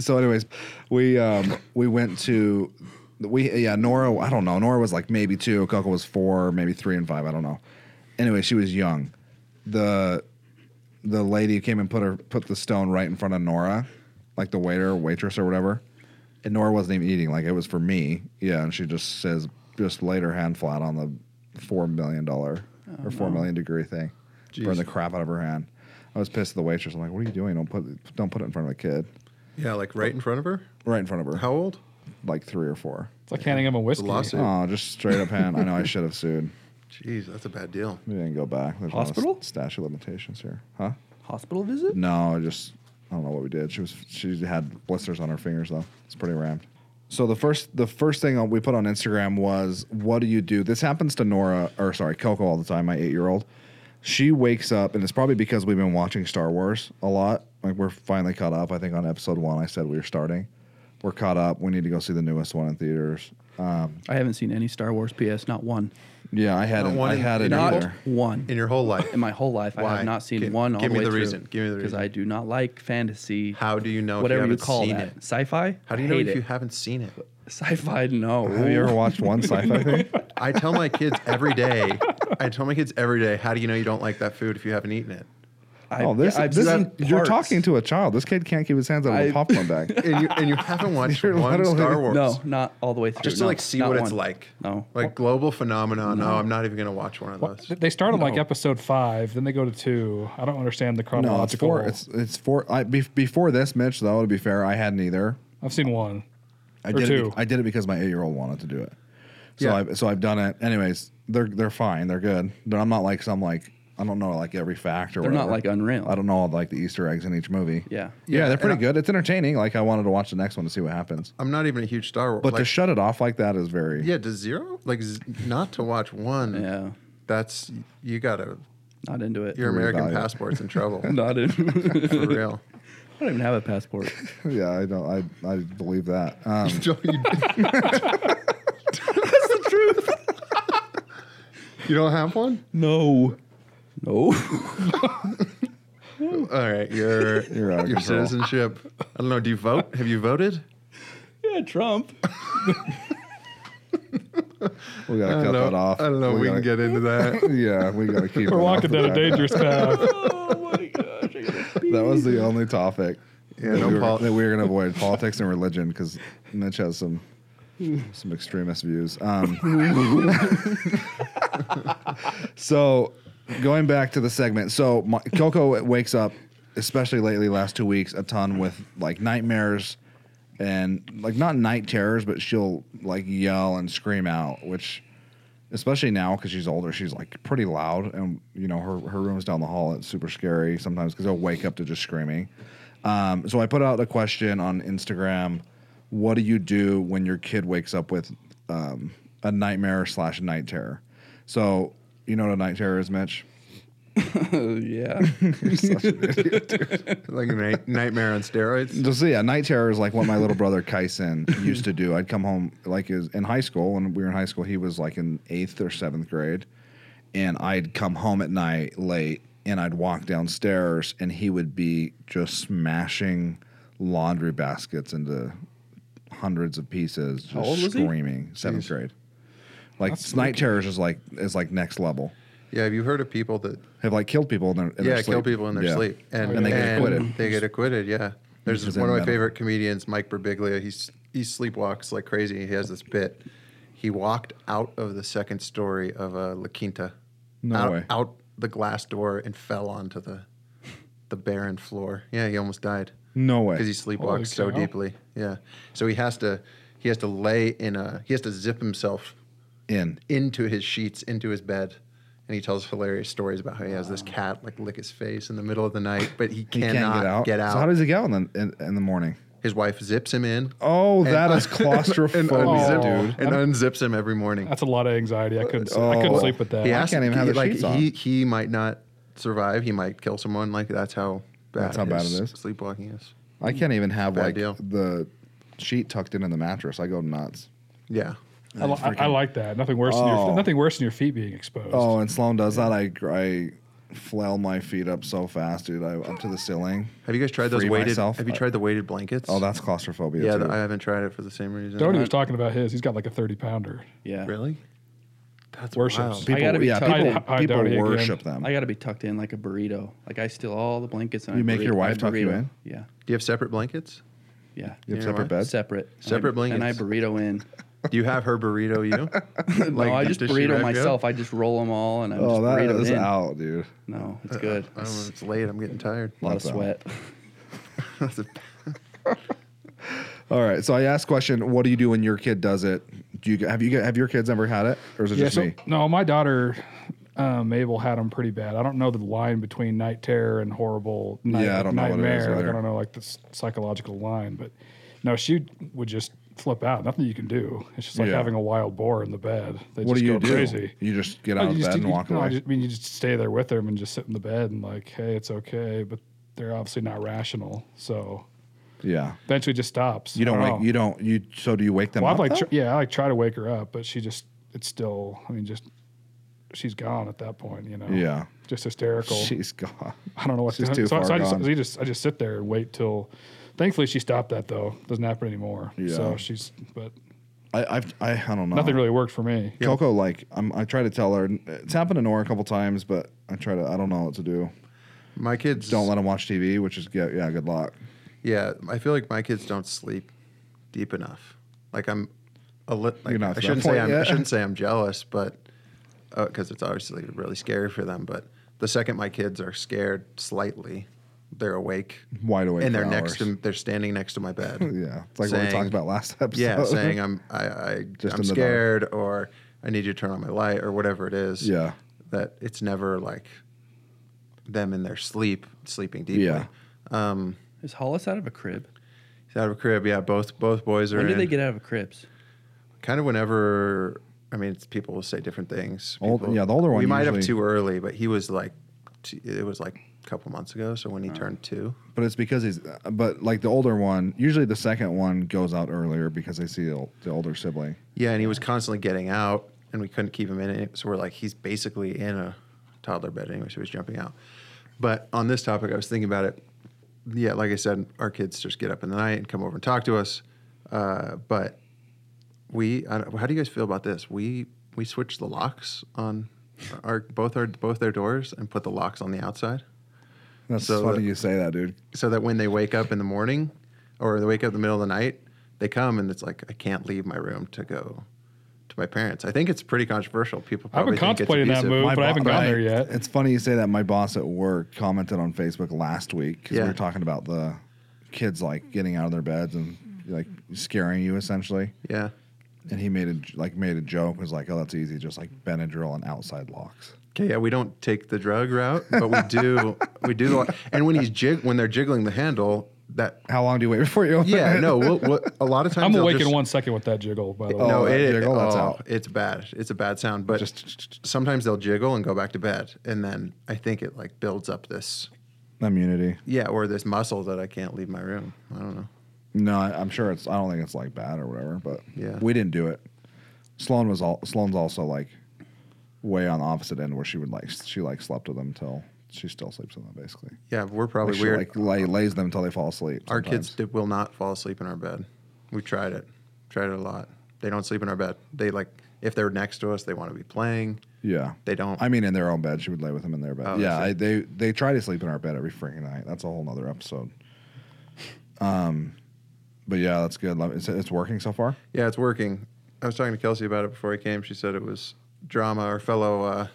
Speaker 1: so anyways we um we went to we yeah nora i don't know nora was like maybe two coco was four maybe three and five i don't know anyway she was young the the lady came and put her put the stone right in front of nora like the waiter or waitress or whatever and nora wasn't even eating like it was for me yeah and she just says just laid her hand flat on the four million dollar or four million degree thing burned the crap out of her hand i was pissed at the waitress i'm like what are you doing don't put don't put it in front of the kid
Speaker 3: Yeah, like right in front of her.
Speaker 1: Right in front of her.
Speaker 3: How old?
Speaker 1: Like three or four.
Speaker 4: It's like handing him a whiskey.
Speaker 3: lawsuit.
Speaker 1: Oh, just straight up hand. I know I should have sued.
Speaker 3: Jeez, that's a bad deal.
Speaker 1: We didn't go back. There's a lot of
Speaker 5: Hospital?
Speaker 1: statute of limitations here. Huh?
Speaker 5: Hospital visit?
Speaker 1: No, I just I don't know what we did. She was she had blisters on her fingers though. It's pretty rammed. So the first the first thing we put on Instagram was what do you do? This happens to Nora or sorry Coco all the time. My eight year old. She wakes up and it's probably because we've been watching Star Wars a lot. Like we're finally caught up. I think on episode one I said we were starting. We're caught up. We need to go see the newest one in theaters. Um,
Speaker 5: I haven't seen any Star Wars PS, not one.
Speaker 1: Yeah, I
Speaker 3: Not
Speaker 1: hadn't.
Speaker 3: one
Speaker 1: I
Speaker 3: in-
Speaker 1: had it
Speaker 3: not-
Speaker 1: either.
Speaker 5: One.
Speaker 3: In your whole life.
Speaker 5: in my whole life, I
Speaker 3: Why?
Speaker 5: have not seen
Speaker 3: Give-
Speaker 5: one all
Speaker 3: give
Speaker 5: the
Speaker 3: me
Speaker 5: way
Speaker 3: the
Speaker 5: through.
Speaker 3: reason. Give me the
Speaker 5: Because
Speaker 3: reason.
Speaker 5: I do not like fantasy.
Speaker 3: How do you know if you
Speaker 5: Whatever
Speaker 3: haven't
Speaker 5: call
Speaker 3: seen
Speaker 5: that.
Speaker 3: it?
Speaker 5: Sci-fi.
Speaker 3: How do you know
Speaker 5: Hate
Speaker 3: if
Speaker 5: it.
Speaker 3: you haven't seen it?
Speaker 5: sci-fi? No.
Speaker 1: Have you ever watched one sci-fi thing?
Speaker 3: I tell my kids every day. I tell my kids every day. How do you know you don't like that food if you haven't eaten it?
Speaker 5: I,
Speaker 1: Oh, this,
Speaker 5: I've
Speaker 1: this
Speaker 5: seen
Speaker 1: is, you're
Speaker 5: parts.
Speaker 1: talking to a child. This kid can't keep his hands out of a
Speaker 5: I-
Speaker 1: popcorn bag.
Speaker 3: And you, and you haven't watched
Speaker 1: You're
Speaker 3: one
Speaker 1: literally-
Speaker 3: Star Wars.
Speaker 5: No, not all the way through.
Speaker 3: Just to
Speaker 5: No,
Speaker 3: like see
Speaker 5: not
Speaker 3: what it's
Speaker 5: one.
Speaker 3: like.
Speaker 5: No.
Speaker 3: Like global phenomenon. No, I'm not even gonna watch one of those.
Speaker 4: They start on like episode five, then they go to two. I don't understand the
Speaker 1: No, it's
Speaker 4: chronological.
Speaker 1: four. It's it's four. I, be, before this, Mitch. Though to be fair, I hadn't either.
Speaker 4: I've seen one.
Speaker 1: I
Speaker 4: Or
Speaker 1: did it.
Speaker 4: two.
Speaker 1: be- I did it because my eight-year-old wanted to do it. So
Speaker 3: Yeah.
Speaker 1: I so I've done it. Anyways, they're they're fine. They're good. But I'm not like some like I don't know like every fact or
Speaker 5: They're not,
Speaker 1: whatever.
Speaker 5: like, unreal.
Speaker 1: I don't know all like the Easter eggs in each movie.
Speaker 5: Yeah.
Speaker 1: Yeah,
Speaker 3: Yeah,
Speaker 1: they're pretty
Speaker 3: and
Speaker 1: good. It's entertaining. Like I wanted to watch the next one to see what happens.
Speaker 3: I'm not even a huge Star Wars.
Speaker 1: But to
Speaker 3: like,
Speaker 1: shut it off like that is very
Speaker 3: yeah, to zero. Like z- not to watch one.
Speaker 5: Yeah.
Speaker 3: That's you gotta.
Speaker 5: Not into it.
Speaker 3: Your
Speaker 1: Reevaluate.
Speaker 3: American passport's in trouble
Speaker 5: not in. I
Speaker 3: for real.
Speaker 5: don't even have a passport.
Speaker 1: yeah. I don't. I I believe that. Um,
Speaker 3: Joe, you- That's the truth. you don't have one?
Speaker 5: No. No.
Speaker 3: All right, your
Speaker 1: You're out of
Speaker 3: your
Speaker 1: control.
Speaker 3: citizenship. I don't know. Do you vote? Have you voted?
Speaker 5: yeah, Trump.
Speaker 1: we gotta cut
Speaker 3: I don't know.
Speaker 1: that off.
Speaker 3: I don't know. if We,
Speaker 1: gotta-
Speaker 3: can get into that.
Speaker 1: Yeah, we gotta keep.
Speaker 4: We're
Speaker 1: it
Speaker 4: walking
Speaker 1: off
Speaker 4: down
Speaker 1: the
Speaker 4: a
Speaker 1: back.
Speaker 4: dangerous path.
Speaker 5: oh my gosh. I gotta pee.
Speaker 1: That was the only topic
Speaker 3: Yeah,
Speaker 1: that,
Speaker 3: no
Speaker 1: we were,
Speaker 3: pol-
Speaker 1: that we were gonna avoid: politics and religion, because Mitch has some some extremist views. Um, so, going back to the segment, so my, Coco wakes up, especially lately, last two weeks, a ton with like nightmares. And like not night terrors, but she'll like yell and scream out, which especially now because she's older she's like pretty loud and you know her, her room's down the hall it's super scary sometimes because i'll wake up to just screaming um, so i put out a question on instagram what do you do when your kid wakes up with um, a nightmare slash night terror so you know what a night terror is mitch
Speaker 5: Oh, yeah.
Speaker 3: Like a night, nightmare on steroids.
Speaker 1: Just so yeah, night terror is like what my little brother Kyson used to do. I'd come home like is in high school when we were in high school. He was like in eighth or seventh grade, and I'd come home at night late, and I'd walk downstairs, and he would be just smashing laundry baskets into hundreds of pieces, just
Speaker 5: old was he?
Speaker 1: screaming. Seventh grade, like night terror is just like is like next level.
Speaker 3: Yeah, have you heard of people that
Speaker 1: Have like killed people in their in their
Speaker 3: yeah kill
Speaker 1: sleep.
Speaker 3: people in their
Speaker 1: Yeah.
Speaker 3: sleep and,
Speaker 1: And they get acquitted.
Speaker 3: They get acquitted. Yeah, there's
Speaker 1: Because
Speaker 3: one
Speaker 1: they're
Speaker 3: of my
Speaker 1: mental.
Speaker 3: favorite comedians, Mike Birbiglia. He's he sleepwalks like crazy. He has this bit. He walked out of the second story of a La Quinta,
Speaker 1: No
Speaker 3: out,
Speaker 1: way.
Speaker 3: out the glass door and fell onto the the barren floor. Yeah, he almost died.
Speaker 1: No way.
Speaker 3: because he
Speaker 4: Holy
Speaker 3: sleepwalks so
Speaker 4: cow.
Speaker 3: deeply. Yeah, so he has to he has to lay in a he has to zip himself
Speaker 1: in.
Speaker 3: into his sheets, into his bed, and he tells hilarious stories about how he has this cat like lick his face in the middle of the night, but he
Speaker 1: He
Speaker 3: cannot
Speaker 1: can't get out. So how does he go in the in, in the morning?
Speaker 3: His wife zips him in.
Speaker 1: Oh, that is
Speaker 3: and, oh.
Speaker 1: claustrophobia,
Speaker 3: unzip,
Speaker 1: dude.
Speaker 3: and unzips him every morning.
Speaker 4: That's a lot of anxiety. I couldn't. I couldn't
Speaker 1: Oh.
Speaker 4: sleep with that.
Speaker 3: he
Speaker 1: I
Speaker 3: asked,
Speaker 1: can't even have
Speaker 3: he,
Speaker 1: the
Speaker 3: like,
Speaker 1: sheets on.
Speaker 3: He, he might not survive. He might kill someone. Like that's how bad,
Speaker 1: That's how bad
Speaker 3: his
Speaker 1: it is.
Speaker 3: Sleepwalking is.
Speaker 1: I can't even have
Speaker 3: Bad
Speaker 1: like
Speaker 3: deal.
Speaker 1: the sheet tucked in in the mattress. I go nuts.
Speaker 3: Yeah.
Speaker 4: I, li- I- I like that. Nothing worse. Than
Speaker 1: Oh.
Speaker 4: your, nothing worse than your feet being exposed.
Speaker 1: Oh, and Sloan does that. I I flail my feet up so fast, dude. I up to the ceiling.
Speaker 3: Have you guys tried those
Speaker 1: Free
Speaker 3: weighted?
Speaker 1: myself.
Speaker 3: Have you tried the weighted blankets?
Speaker 1: Oh, that's claustrophobia.
Speaker 3: yeah.
Speaker 1: too.
Speaker 3: th- I haven't tried it for the uh, same reason.
Speaker 4: Doty was talking about his. He's got like a thirty pounder.
Speaker 5: Yeah.
Speaker 3: Really? That's
Speaker 4: Worships.
Speaker 3: wild.
Speaker 1: people,
Speaker 5: gotta be
Speaker 1: yeah,
Speaker 5: tight.
Speaker 1: people,
Speaker 4: I- I
Speaker 1: people
Speaker 4: doubt it again.
Speaker 1: worship them.
Speaker 5: I got to be tucked in like a burrito. Like I steal all the blankets. And
Speaker 1: You
Speaker 5: I
Speaker 1: make your
Speaker 5: burrito- I
Speaker 1: wife tuck you
Speaker 5: burrito.
Speaker 1: in?
Speaker 5: Yeah.
Speaker 3: Do you have separate blankets?
Speaker 5: Yeah.
Speaker 1: you have
Speaker 3: you know
Speaker 1: separate
Speaker 3: what?
Speaker 1: beds.
Speaker 5: Separate. And I-
Speaker 3: Separate blankets.
Speaker 5: And I burrito in.
Speaker 3: Do you have her burrito you?
Speaker 5: no, I just
Speaker 3: does she
Speaker 5: burrito
Speaker 3: wrap you
Speaker 5: myself.
Speaker 3: up?
Speaker 5: I just roll them all and I
Speaker 1: Oh,
Speaker 5: just
Speaker 1: that
Speaker 5: burrito
Speaker 1: is
Speaker 5: in.
Speaker 1: out, dude.
Speaker 5: No, it's good.
Speaker 3: I don't know, it's late. I'm getting tired.
Speaker 5: a lot of
Speaker 1: That's out.
Speaker 5: sweat.
Speaker 3: That's a-
Speaker 1: All right, so I asked question: What do you do when your kid does it? Do you have you got- have your kids ever had it, or is it
Speaker 4: Yeah,
Speaker 1: just
Speaker 4: so-
Speaker 1: me?
Speaker 4: No, my daughter uh, Mabel had them pretty bad. I don't know the line between night terror and horrible night,
Speaker 1: Yeah, I don't know what it is
Speaker 4: nightmare. Like,
Speaker 1: either.
Speaker 4: I don't know like the s- psychological line, but no, she would just flip out. Nothing you can do. It's just like
Speaker 1: Yeah.
Speaker 4: having a wild boar in the bed. They
Speaker 1: What
Speaker 4: just
Speaker 1: do you
Speaker 4: go
Speaker 1: do?
Speaker 4: crazy.
Speaker 1: You just get
Speaker 4: No,
Speaker 1: out of
Speaker 4: you
Speaker 1: bed
Speaker 4: just-
Speaker 1: and
Speaker 4: you-
Speaker 1: walk
Speaker 4: no, I,
Speaker 1: away.
Speaker 4: just, I mean, you just stay there with them and just sit in the bed and like, hey, it's okay, but they're obviously not rational. So
Speaker 1: yeah,
Speaker 4: eventually, it just stops.
Speaker 1: you don't
Speaker 4: I
Speaker 1: wake.
Speaker 4: know.
Speaker 1: You don't. You so do you wake them
Speaker 4: Well,
Speaker 1: up?
Speaker 4: I've like,
Speaker 1: though?
Speaker 4: tr- yeah, I like try to wake her up, but she just, it's still, I mean, just, she's gone at that point, you know?
Speaker 1: yeah,
Speaker 4: Just hysterical.
Speaker 1: she's gone.
Speaker 4: I don't know what
Speaker 1: she's
Speaker 4: to
Speaker 1: too
Speaker 4: do. So,
Speaker 1: far
Speaker 4: so I, just,
Speaker 1: gone.
Speaker 4: so you just, I just sit there and wait till, thankfully, she stopped that though. Doesn't happen anymore.
Speaker 1: Yeah.
Speaker 4: So she's, but
Speaker 1: I, I've, I, I don't know.
Speaker 4: nothing really worked for me.
Speaker 1: Coco, like I'm, I try to tell her. It's happened to Nora a couple times, but I try to. I don't know what to do.
Speaker 3: my kids
Speaker 1: Don't let him watch TV, which is yeah, yeah good luck.
Speaker 3: Yeah, I feel like my kids don't sleep deep enough. Like I'm a li- like,
Speaker 1: You're not to
Speaker 3: I
Speaker 1: that
Speaker 3: shouldn't say
Speaker 1: point
Speaker 3: I'm, I
Speaker 1: yet.
Speaker 3: shouldn't say I'm jealous, but because it's obviously really scary for them. But the second my kids are scared slightly, they're awake,
Speaker 1: Wide awake
Speaker 3: and they're
Speaker 1: for
Speaker 3: next to
Speaker 1: hours.
Speaker 3: they're standing next to my bed.
Speaker 1: Yeah, it's like what we
Speaker 3: Saying-
Speaker 1: talked about last episode.
Speaker 3: yeah, saying I'm I, I
Speaker 1: Just in
Speaker 3: I'm
Speaker 1: the dark.
Speaker 3: scared or I need you to turn on my light or whatever it is.
Speaker 1: Yeah.
Speaker 3: that it's never like them in their sleep sleeping deeply.
Speaker 1: Yeah.
Speaker 3: Um,
Speaker 5: Is Hollis out of a crib?
Speaker 3: He's out of a crib. Yeah, both both boys are
Speaker 5: When do
Speaker 3: in.
Speaker 5: they get out of cribs?
Speaker 3: kind of whenever. I mean, it's, people will say different things.
Speaker 1: Old-
Speaker 3: People-
Speaker 1: yeah, the older one
Speaker 3: We might have
Speaker 1: usually-
Speaker 3: too early, but he was like, t- it was like a couple months ago. So
Speaker 1: Oh.
Speaker 3: when he turned two,
Speaker 1: But it's because he's, but like the older one, usually the second one goes out earlier because they see the, the older sibling.
Speaker 3: yeah, and he was constantly getting out, and we couldn't keep him in it. So we're like, he's basically in a toddler bed anyway, so he was jumping out. But on this topic, I was thinking about it. Yeah, like I said, our kids just get up in the night and come over and talk to us. Uh, but we, I don't, how do you guys feel about this? We we switched the locks on our both our both their doors and put the locks on the outside,
Speaker 1: That's
Speaker 3: So
Speaker 1: funny
Speaker 3: the-
Speaker 1: you say that, dude.
Speaker 3: so that when they wake up in the morning, or they wake up in the middle of the night, they come and it's like I can't leave my room to go to my parents. I think it's pretty controversial. People
Speaker 4: I've
Speaker 3: probably
Speaker 4: been
Speaker 3: think it's
Speaker 4: contemplating that
Speaker 3: abusive.
Speaker 4: move, but I
Speaker 1: bo-
Speaker 4: haven't gotten there yet.
Speaker 1: It's funny you say that. My boss at work commented on Facebook last week because we
Speaker 3: Yeah.
Speaker 1: were talking about the kids like getting out of their beds and like scaring you essentially.
Speaker 3: Yeah,
Speaker 1: And he made a like made a joke was like, "Oh, that's easy, just like Benadryl and outside locks."
Speaker 3: Okay, yeah, we don't take the drug route, but we do we do the and when he's jig when they're jiggling the handle, that
Speaker 1: How long do you wait before you? Open
Speaker 3: yeah,
Speaker 1: it?
Speaker 3: no, we'll, we'll, a lot of times
Speaker 4: I'm
Speaker 3: they'll
Speaker 4: awake
Speaker 3: just-
Speaker 4: in one second with that jiggle, by the way.
Speaker 3: No,
Speaker 1: Oh, that
Speaker 3: it,
Speaker 1: jiggle, that's
Speaker 3: oh,
Speaker 1: out.
Speaker 3: It's bad. It's a bad sound, but
Speaker 1: Just-
Speaker 3: sometimes they'll jiggle and go back to bed, and then I think it like builds up this
Speaker 1: immunity.
Speaker 3: yeah or this muscle that I can't leave my room. I don't know.
Speaker 1: No, I, I'm sure it's. I don't think it's like bad or whatever, but
Speaker 3: Yeah.
Speaker 1: we didn't do it. Sloan was all. Sloan's also like way on the opposite end where she would like she like slept with them till she still sleeps with them basically.
Speaker 3: Yeah, we're
Speaker 1: Like
Speaker 3: probably
Speaker 1: she
Speaker 3: weird.
Speaker 1: like lay, lays them until they fall asleep.
Speaker 3: our kids
Speaker 1: sometimes.
Speaker 3: did, will not fall asleep in our bed. We tried it, tried it a lot. They don't sleep in our bed. They like if they're next to us, they want to be playing.
Speaker 1: Yeah,
Speaker 3: They don't.
Speaker 1: I mean, in their own bed, she would lay with them in their bed.
Speaker 3: Oh, I
Speaker 1: yeah,
Speaker 3: see.
Speaker 1: I, they they try to sleep in our bed every freaking night. That's a whole nother episode. Um, but yeah, that's good. Love- It's, it's working so far.
Speaker 3: Yeah, it's working. I was talking to Kelsey about it before I came. She said it was drama. Our fellow uh,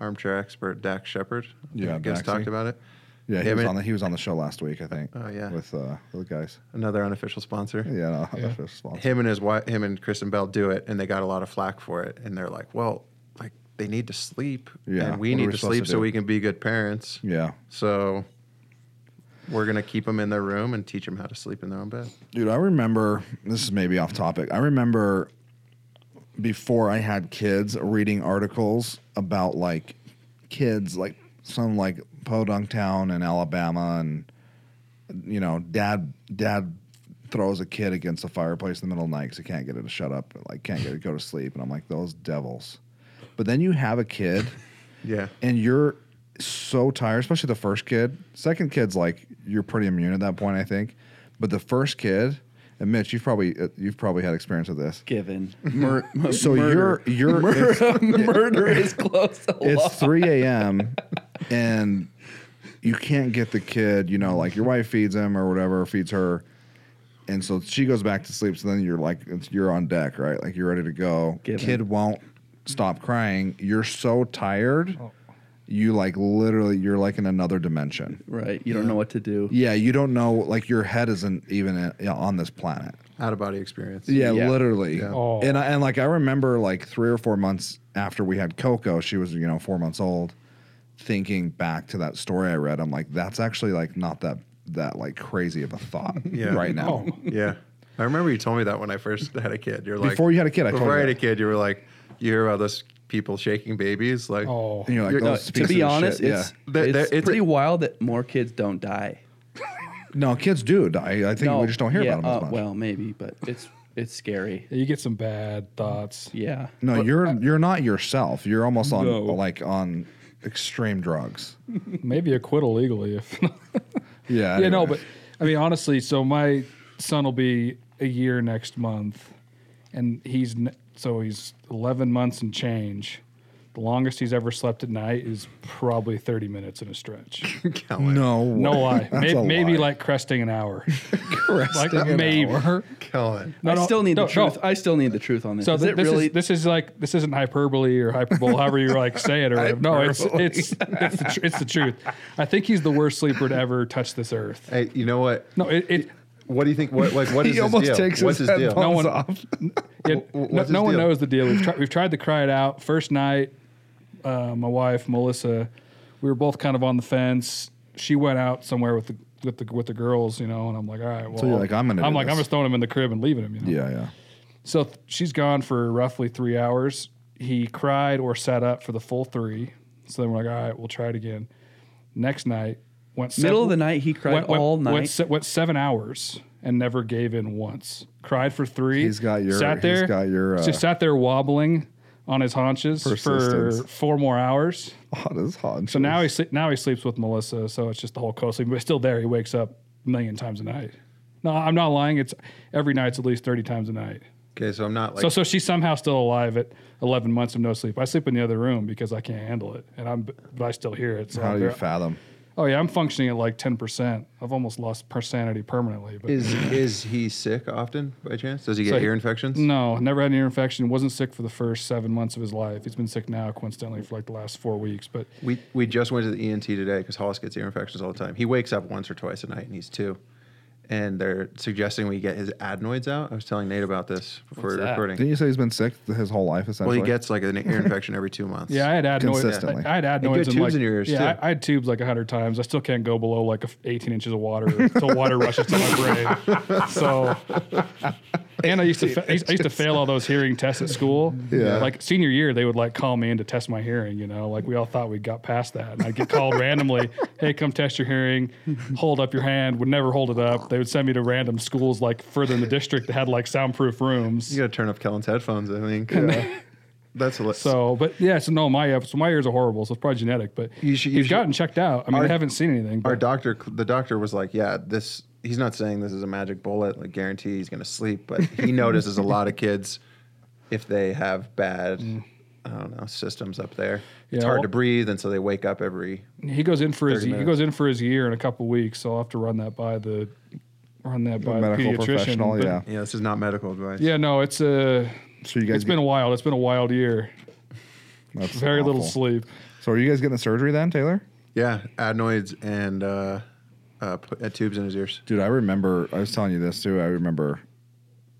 Speaker 3: armchair expert Dak Shepard.
Speaker 1: Yeah,
Speaker 3: I guess
Speaker 1: Daxie.
Speaker 3: talked about it.
Speaker 1: Yeah, he
Speaker 3: Yeah,
Speaker 1: was
Speaker 3: but-
Speaker 1: on the he was on the show last week, I think.
Speaker 3: Oh, yeah.
Speaker 1: with uh, the guys.
Speaker 3: Another unofficial sponsor.
Speaker 1: Yeah, no,
Speaker 4: Yeah.
Speaker 1: that's just awesome.
Speaker 3: Him and his wife, him and Kristen Bell do it, and they got a lot of flack for it. And they're like, "Well, like they need to sleep,
Speaker 1: Yeah,
Speaker 3: and we
Speaker 1: what are
Speaker 3: need
Speaker 1: we
Speaker 3: to
Speaker 1: supposed
Speaker 3: sleep
Speaker 1: to
Speaker 3: so
Speaker 1: do?
Speaker 3: we can be good parents.
Speaker 1: Yeah.
Speaker 3: So we're gonna keep them in their room and teach them how to sleep in their own bed.
Speaker 1: Dude, I remember this is maybe off topic. I remember before I had kids reading articles about like kids like some like podunk town in Alabama and you know, dad dad throws a kid against a fireplace in the middle of the night because he can't get it to shut up, like can't get it to go to sleep. And I'm like, those devils. But then you have a kid
Speaker 3: Yeah,
Speaker 1: and you're so tired, especially the first kid. Second kid's like you're pretty immune at that point, I think. But the first kid, and Mitch, you've probably uh, you've probably had experience with this.
Speaker 5: Given.
Speaker 1: Mur- so
Speaker 5: murder.
Speaker 1: you're you're it's,
Speaker 5: Murder is close. A lot.
Speaker 1: it's 3 a.m. and you can't get the kid. You know, like your wife feeds him or whatever, feeds her. And so she goes back to sleep. So then you're like, it's, you're on deck, right? Like you're ready to go.
Speaker 5: Given.
Speaker 1: Kid won't stop crying. You're so tired. You like literally, you're like in another dimension.
Speaker 5: Right. You don't know what to do.
Speaker 1: Yeah, you don't know. Like your head isn't even uh, on this planet.
Speaker 3: out of body experience.
Speaker 1: Yeah,
Speaker 5: Yeah.
Speaker 1: literally.
Speaker 4: Oh.
Speaker 1: And I, and like I remember like three or four months after we had Coco, she was you know four months old. Thinking back to that story I read, I'm like, that's actually like not that that like crazy of a thought
Speaker 3: Yeah.
Speaker 1: right now.
Speaker 4: Oh.
Speaker 3: yeah. I remember you told me that when I first had a kid. You're like
Speaker 1: Before you had a kid, I told
Speaker 3: before
Speaker 1: you
Speaker 3: I had a
Speaker 1: that.
Speaker 3: kid, you were like, you hear about those people shaking babies, like
Speaker 4: Oh.
Speaker 1: And you're like,
Speaker 3: You're-
Speaker 5: No,
Speaker 1: those
Speaker 5: uh, to
Speaker 1: pieces
Speaker 5: be
Speaker 1: of
Speaker 5: honest,
Speaker 1: shit,
Speaker 5: it's,
Speaker 1: yeah.
Speaker 3: There- there-
Speaker 5: it's,
Speaker 3: it's
Speaker 5: pretty
Speaker 3: a-
Speaker 5: wild that more kids don't die.
Speaker 1: no kids do. I, I think we just don't hear
Speaker 5: yeah,
Speaker 1: about them as
Speaker 5: uh,
Speaker 1: much.
Speaker 5: Well, maybe, but it's it's scary.
Speaker 4: You get some bad thoughts.
Speaker 5: Yeah.
Speaker 1: no, you're you're not yourself. You're almost on
Speaker 4: No.
Speaker 1: like on extreme drugs.
Speaker 4: Maybe a quit illegally if
Speaker 1: Yeah,
Speaker 4: yeah, no,
Speaker 1: anyway.
Speaker 4: but I mean, honestly, so my son will be a year next month, and he's n- so he's 11 months and change. The longest he's ever slept at night is probably 30 minutes in a stretch.
Speaker 3: Kellen,
Speaker 1: no,
Speaker 4: No
Speaker 1: way.
Speaker 4: lie,
Speaker 1: That's
Speaker 4: maybe,
Speaker 1: a
Speaker 4: maybe
Speaker 1: lie.
Speaker 4: like cresting an hour. like maybe.
Speaker 3: Kellen.
Speaker 4: No,
Speaker 5: I
Speaker 4: no,
Speaker 5: still need
Speaker 4: no,
Speaker 5: the truth.
Speaker 4: no.
Speaker 5: I still need the truth on this.
Speaker 4: So
Speaker 5: is
Speaker 4: th-
Speaker 5: it
Speaker 4: this
Speaker 5: really?
Speaker 4: is this is like this isn't hyperbole or hyperbole, however you like say it or whatever. no, it's it's it's the, tr- it's the truth. I think he's the worst sleeper to ever touch this earth.
Speaker 3: Hey, you know what?
Speaker 4: No, it, it
Speaker 3: What do you think? What like what is
Speaker 1: He
Speaker 3: his
Speaker 1: almost
Speaker 3: deal?
Speaker 1: takes
Speaker 3: What's
Speaker 1: his
Speaker 3: his deal?
Speaker 1: headphones
Speaker 4: No one-
Speaker 1: off.
Speaker 4: Yeah,
Speaker 3: what's
Speaker 4: no,
Speaker 3: his
Speaker 4: no one
Speaker 3: deal?
Speaker 4: knows the deal. We've, tri- we've tried to cry it out. First night, uh, my wife Melissa, we were both kind of on the fence. She went out somewhere with the with the with the girls, you know, and I'm like, all right, well,
Speaker 1: you're like, I'm gonna
Speaker 4: I'm
Speaker 1: do
Speaker 4: like, I'm
Speaker 1: this.
Speaker 4: just throwing him in the crib and leaving him. You know?
Speaker 1: yeah, yeah.
Speaker 4: So th- she's gone for roughly three hours. He cried or sat up for the full three. So then we're like, all right, we'll try it again. Next night, went sev-
Speaker 5: Middle of the night, he cried
Speaker 4: went, went-
Speaker 5: all night.
Speaker 4: Went, se- went seven hours and never gave in once. Cried for three.
Speaker 1: He's got your-
Speaker 4: Sat
Speaker 1: he's
Speaker 4: there.
Speaker 1: got your, uh,
Speaker 4: just sat there wobbling on his haunches for
Speaker 1: Persistence.
Speaker 4: four more hours.
Speaker 1: Hot as hot.
Speaker 4: So now he sleep, now he sleeps with Melissa. So it's just the whole co-sleeping. But it's still there. He wakes up a million times a night. No, I'm not lying. It's every night's at least thirty times a night.
Speaker 3: Okay, so I'm not like
Speaker 4: So so she's somehow still alive at 11 months of no sleep. I sleep in the other room because I can't handle it, and I'm but I still hear it. So
Speaker 1: How do you
Speaker 4: there-
Speaker 1: fathom?
Speaker 4: oh yeah, I'm functioning at like 10 percent. I've almost lost per- sanity permanently. But
Speaker 3: is is he sick often by chance? Does he get
Speaker 4: So-
Speaker 3: ear infections?
Speaker 4: no, never had an ear infection. Wasn't sick for the first seven months of his life. He's been sick now coincidentally for like the last four weeks. But
Speaker 3: We we just went to the ENT today because Hollis gets ear infections all the time. He wakes up once or twice a night and he's two. And they're suggesting we get his adenoids out. I was telling Nate about this before
Speaker 5: that?
Speaker 3: recording.
Speaker 1: Didn't you say he's been sick th- his whole life
Speaker 3: well,
Speaker 1: essentially?
Speaker 3: he gets like an ear infection every two months.
Speaker 4: yeah, I had
Speaker 1: Consistently.
Speaker 4: adenoids. I, I had
Speaker 3: you had
Speaker 4: adenoids. and,
Speaker 3: tubes
Speaker 4: like,
Speaker 3: in your ears,
Speaker 4: yeah,
Speaker 3: too.
Speaker 4: I, I had tubes like 100 times. I still can't go below like a f- 18 inches of water until water rushes to my brain. So, and I used to fa- I used I used to fail all those hearing tests at school.
Speaker 1: Yeah.
Speaker 4: Like senior year, they would like call me in to test my hearing. You know, like we all thought we got past that. And I'd get called randomly, hey, come test your hearing. Hold up your hand. Would never hold it up. They would send me to random schools like further in the district that had like soundproof rooms.
Speaker 3: You got to turn up Kellen's headphones, I think. That's a
Speaker 4: So, but yeah, so no, my so my ears are horrible. So it's probably genetic, but
Speaker 3: You should- you
Speaker 4: he's
Speaker 3: should-
Speaker 4: gotten checked out. I mean,
Speaker 3: Our-
Speaker 4: I haven't seen anything.
Speaker 3: Our
Speaker 4: But
Speaker 3: doctor, the doctor was like, yeah, this, he's not saying this is a magic bullet, like guarantee he's going to sleep, but he notices a lot of kids if they have bad, I don't know, systems up there. It's
Speaker 4: Mm. Yeah,
Speaker 3: hard
Speaker 4: well-
Speaker 3: to breathe. And so they wake up every,
Speaker 4: he goes in for his
Speaker 3: 30
Speaker 4: he goes in for his year in a couple weeks. So I'll have to run that by the run that by the
Speaker 1: medical
Speaker 4: pediatrician.
Speaker 1: professional.
Speaker 4: but-
Speaker 1: yeah.
Speaker 3: yeah, this is not medical advice.
Speaker 4: yeah, no, it's a
Speaker 1: So you guys
Speaker 4: it's been a while. It's been a wild year.
Speaker 1: that's
Speaker 4: Very little
Speaker 1: awful.
Speaker 4: sleep.
Speaker 1: So are you guys getting the surgery then, Taylor?
Speaker 3: Yeah. Adenoids and, uh, uh, put, uh, tubes in his ears.
Speaker 1: Dude, I remember I was telling you this too. I remember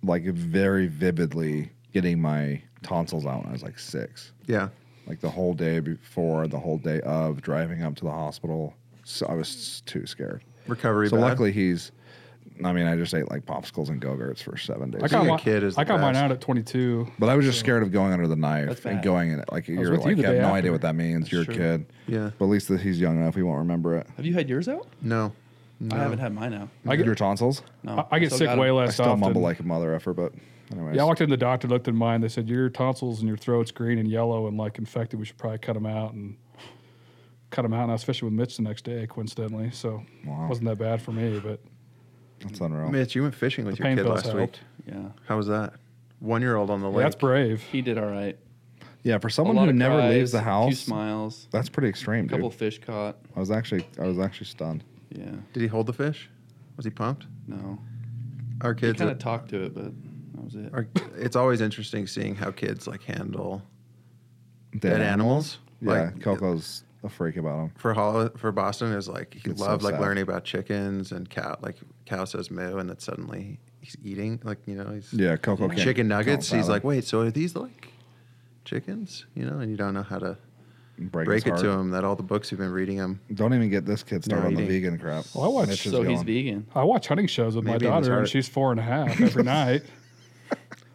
Speaker 1: like very vividly getting my tonsils out when I was like six.
Speaker 3: Yeah.
Speaker 1: like the whole day before, the whole day of driving up to the hospital. So I was too scared.
Speaker 3: Recovery
Speaker 1: So
Speaker 3: bad?
Speaker 1: luckily he's. I mean, I just ate like popsicles and go-gurts for seven days.
Speaker 4: I got,
Speaker 3: Being a
Speaker 4: my,
Speaker 3: kid is
Speaker 4: I
Speaker 3: the
Speaker 4: got mine
Speaker 3: best.
Speaker 4: out at 22.
Speaker 1: But I was just scared of going under the knife
Speaker 5: That's
Speaker 1: and
Speaker 5: bad.
Speaker 1: going in it. Like you're
Speaker 4: with you
Speaker 1: like
Speaker 4: the
Speaker 1: have
Speaker 4: day
Speaker 1: no
Speaker 4: after.
Speaker 1: idea what that means. You're a kid.
Speaker 3: Yeah.
Speaker 1: But at least that he's young enough, he won't remember it.
Speaker 5: Have you had yours out?
Speaker 3: No.
Speaker 5: I haven't had mine out.
Speaker 4: I get-
Speaker 1: Your tonsils?
Speaker 3: Oh,
Speaker 5: No,
Speaker 4: I, I get
Speaker 5: still
Speaker 4: sick
Speaker 5: got 'em.
Speaker 4: way
Speaker 1: I
Speaker 4: less
Speaker 1: still
Speaker 4: often.
Speaker 1: mumble like a mother effer, but anyways.
Speaker 4: yeah, I walked in the doctor, looked at mine. They said your tonsils and your throat's green and yellow and like infected. We should probably cut them out and cut them out. And I was fishing with Mitch the next day, coincidentally, so
Speaker 1: Wow.
Speaker 4: wasn't that bad for me. But
Speaker 1: that's unreal.
Speaker 3: Mitch, you went fishing with
Speaker 4: The
Speaker 3: your
Speaker 4: pain
Speaker 3: kid
Speaker 4: pills
Speaker 3: last
Speaker 4: helped.
Speaker 3: week.
Speaker 5: Yeah,
Speaker 3: How was that? One year old on the lake.
Speaker 4: that's brave.
Speaker 5: he did all right.
Speaker 1: yeah, for
Speaker 5: A
Speaker 1: someone
Speaker 5: lot
Speaker 1: who
Speaker 5: of
Speaker 1: never
Speaker 5: cries,
Speaker 1: leaves the
Speaker 5: A few
Speaker 1: house,
Speaker 5: smiles,
Speaker 1: that's pretty extreme,
Speaker 5: a couple
Speaker 1: dude.
Speaker 5: fish caught.
Speaker 1: I was actually I was actually stunned.
Speaker 5: Yeah,
Speaker 3: Did he hold the fish? Was he pumped?
Speaker 5: no.
Speaker 3: Our
Speaker 5: He
Speaker 3: kids.
Speaker 5: kind of talked to it, but that was it.
Speaker 3: our, it's always interesting seeing how kids like handle
Speaker 1: Dead
Speaker 3: dead,
Speaker 1: animal.
Speaker 3: animals.
Speaker 1: Yeah,
Speaker 3: Like,
Speaker 1: Coco's a freak about him.
Speaker 3: for Hol- for Boston is like he
Speaker 1: It's so
Speaker 3: loved like
Speaker 1: sad.
Speaker 3: learning about chickens and cow like cow says moo and then suddenly he's eating like you know he's
Speaker 1: Yeah, Coco can't-
Speaker 3: chicken nuggets.
Speaker 1: can't
Speaker 3: He's
Speaker 1: fathom.
Speaker 3: like, wait, so are these like chickens? You know, and you don't know how to
Speaker 1: Break,
Speaker 3: break it to
Speaker 1: him.
Speaker 3: him that all the books you've been reading him.
Speaker 1: Don't even get this kid started on the
Speaker 3: eating.
Speaker 1: vegan crap.
Speaker 4: Well, Oh, I watched-
Speaker 1: Mitch is
Speaker 5: So he's
Speaker 1: going.
Speaker 5: vegan.
Speaker 4: I watch hunting shows with
Speaker 3: Maybe
Speaker 4: my
Speaker 3: in his
Speaker 4: daughter, and
Speaker 3: heart.
Speaker 4: she's four and a half every night.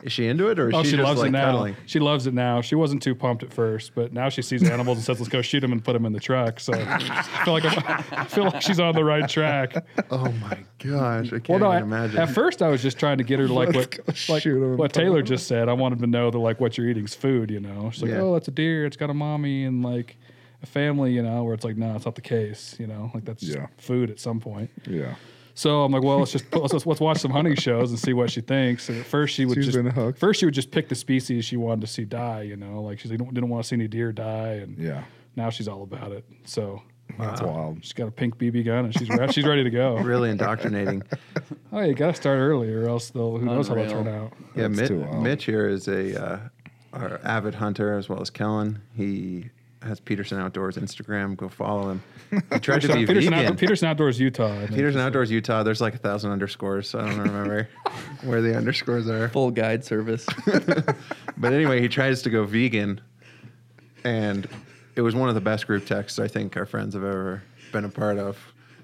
Speaker 3: Is she into it or is
Speaker 4: Oh, she,
Speaker 3: she, just
Speaker 4: loves
Speaker 3: like
Speaker 4: it now.
Speaker 3: cuddling?
Speaker 4: She loves it now. She wasn't too pumped at first, but now she sees animals and says, "Let's go shoot them and put them in the truck." So I feel like I'm, I feel like she's on the right track.
Speaker 3: Oh my gosh, I can't
Speaker 4: Well, no,
Speaker 3: even
Speaker 4: I-
Speaker 3: imagine.
Speaker 4: at first I was just trying to get her to like what,
Speaker 1: Let's go
Speaker 4: like
Speaker 1: shoot 'em and
Speaker 4: what
Speaker 1: put 'em
Speaker 4: Taylor just said. I wanted to know that like what you're eating's food, you know. She's like,
Speaker 3: Yeah.
Speaker 4: oh, that's a deer. It's got a mommy and like a family, you know. Where it's like, no, it's not the case, you know. Like that's just
Speaker 1: Yeah.
Speaker 4: food at some point.
Speaker 1: Yeah.
Speaker 4: So I'm like, well, let's just let's, let's watch some hunting shows and see what she thinks. And at first she would
Speaker 1: She's been
Speaker 4: just
Speaker 1: hooked.
Speaker 4: first she would just pick the species she wanted to see die. You know, like she didn't, didn't want to see any deer die, and
Speaker 1: Yeah.
Speaker 4: now she's all about it. So
Speaker 1: That's wild.
Speaker 4: she's got a pink BB gun and she's re- she's ready to go.
Speaker 3: really indoctrinating.
Speaker 4: Oh, you got to start early, or else they'll who knows how they'll
Speaker 5: Unreal.
Speaker 4: turn out.
Speaker 3: Yeah,
Speaker 1: That's
Speaker 3: Mitch,
Speaker 1: too wild.
Speaker 3: Mitch here is a uh, our avid hunter as well as Kellen. He has Peterson Outdoors Instagram. Go follow him. He tried to be
Speaker 4: Peterson,
Speaker 3: vegan.
Speaker 4: Out, Peterson Outdoors, Utah. I think.
Speaker 3: Peterson Outdoors Utah. There's like a thousand underscores. So I don't remember where the underscores are.
Speaker 5: Full guide service.
Speaker 3: But anyway, he tries to go vegan, and it was one of the best group texts I think our friends have ever been a part of.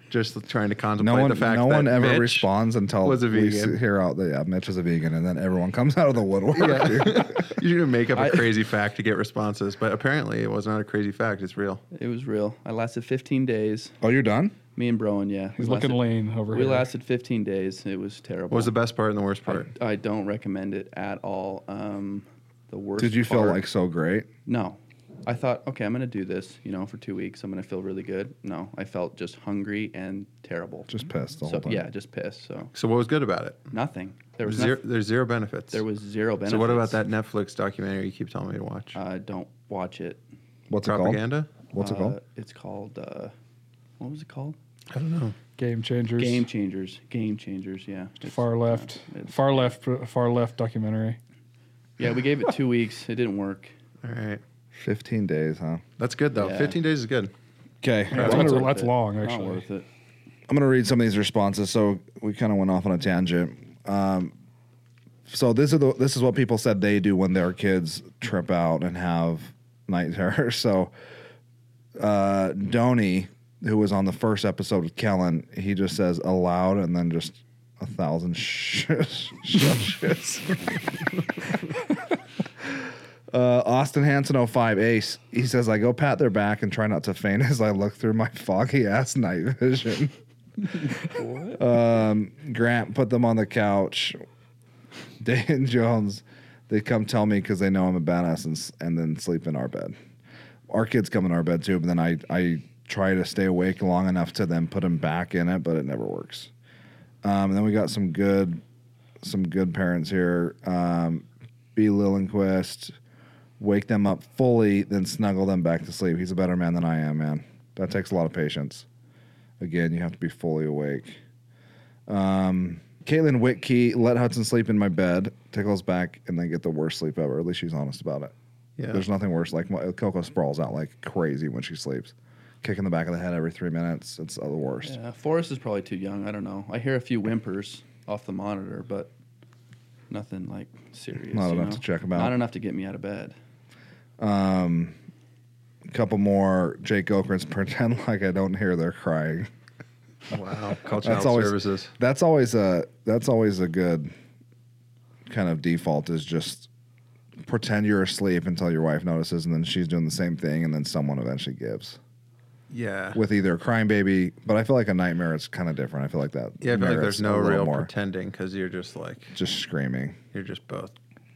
Speaker 3: Just trying to
Speaker 1: No
Speaker 3: contemplate
Speaker 1: one,
Speaker 3: the fact
Speaker 1: no
Speaker 3: that
Speaker 1: one ever
Speaker 3: Mitch-
Speaker 1: responds until
Speaker 3: was a
Speaker 1: we
Speaker 3: vegan.
Speaker 1: s- hear out that yeah, Mitch is a vegan, and then everyone comes out of the woodwork.
Speaker 3: Yeah. you should make up a
Speaker 5: I-
Speaker 3: crazy fact to get responses, but apparently it was not a crazy fact. It's real.
Speaker 5: it was real. I lasted 15 days.
Speaker 1: Oh, you're done?
Speaker 5: Me and Broen, yeah. we
Speaker 4: He's looking
Speaker 5: lasted-
Speaker 4: lean over
Speaker 5: We
Speaker 4: here.
Speaker 5: lasted 15 days. It was terrible.
Speaker 3: What was the best part and the worst part?
Speaker 5: I don't recommend it at all. Um, the worst.
Speaker 1: Did you feel
Speaker 5: part-
Speaker 1: like so great?
Speaker 5: No. I thought, okay, I'm gonna do this. You know, for two weeks, I'm gonna feel really good. No, I felt just hungry and terrible.
Speaker 1: Just pissed the
Speaker 5: so,
Speaker 1: whole time.
Speaker 5: Yeah, just pissed. So
Speaker 3: So what was good about it?
Speaker 5: nothing. There was
Speaker 3: Zero,
Speaker 5: noth-
Speaker 3: there's zero benefits.
Speaker 5: there was zero benefit.
Speaker 3: So what about that Netflix documentary you keep telling me to watch?
Speaker 5: Uh, don't watch it.
Speaker 1: What's
Speaker 3: Propaganda?
Speaker 1: it called? What's it
Speaker 5: Uh,
Speaker 1: called?
Speaker 5: It's called. Uh, what was it called?
Speaker 3: I don't know.
Speaker 4: Game changers.
Speaker 5: Game changers. Game changers. Yeah. It's-
Speaker 4: Far left.
Speaker 5: it's-
Speaker 4: Far left. Far left documentary.
Speaker 5: Yeah, we gave it two weeks. It didn't work.
Speaker 3: All right.
Speaker 1: 15 days, huh?
Speaker 3: That's good though.
Speaker 5: Yeah.
Speaker 3: 15 days is good.
Speaker 1: Okay.
Speaker 4: That's,
Speaker 1: I'm
Speaker 4: that's,
Speaker 1: gonna-
Speaker 5: worth it.
Speaker 4: long,
Speaker 5: Not
Speaker 4: actually.
Speaker 5: worth it.
Speaker 1: I'm going to read some of these responses. So we kind of went off on a tangent. Um, so this is the this is what people said they do when their kids trip out and have night terrors. So uh, Donnie, who was on the first episode with Kellen, he just says aloud and then just a thousand sh- sh- shits. Uh, Austin Hansen 05 Ace. He says, I go pat their back and try not to faint as I look through my foggy ass night vision. Grant put them on the couch. Dan Jones, they come tell me because they know I'm a badass and, s- and then sleep in our bed. Our kids come in our bed too, but then I, I try to stay awake long enough to then put them back in it, but it never works. Um, and then we got some good, some good parents here. Um, B. Lillenquist, wake them up fully, then snuggle them back to sleep. He's a better man than I am, man. That takes a lot of patience. Again, you have to be fully awake. Um, Caitlin Whitkey, let Hudson sleep in my bed, tickles back, and then get the worst sleep ever. At least she's honest about it.
Speaker 3: Yeah.
Speaker 1: There's nothing worse. Like my- Coco sprawls out like crazy when she sleeps, kicking the back of the head every three minutes. It's the worst.
Speaker 5: Yeah, Forrest is probably too young. I don't know. I hear a few whimpers off the monitor, but nothing like serious.
Speaker 1: Not
Speaker 5: you
Speaker 1: enough
Speaker 5: know?
Speaker 1: to check 'em out.
Speaker 5: Not enough to get me out of bed.
Speaker 1: couple more Jake Okrens pretend like I don't hear they're crying.
Speaker 3: Wow. Call
Speaker 1: That's
Speaker 3: child
Speaker 1: always
Speaker 3: services.
Speaker 1: that's always a that's always a good kind of default is just pretend you're asleep until your wife notices and then she's doing the same thing and then someone eventually gives.
Speaker 3: Yeah.
Speaker 1: With either a crying baby, but I feel like a nightmare is kind of different. I feel like that
Speaker 3: yeah, I feel like
Speaker 1: merits
Speaker 3: there's
Speaker 1: a
Speaker 3: no
Speaker 1: little
Speaker 3: real
Speaker 1: more
Speaker 3: pretending because you're just like
Speaker 1: just screaming.
Speaker 3: you're just both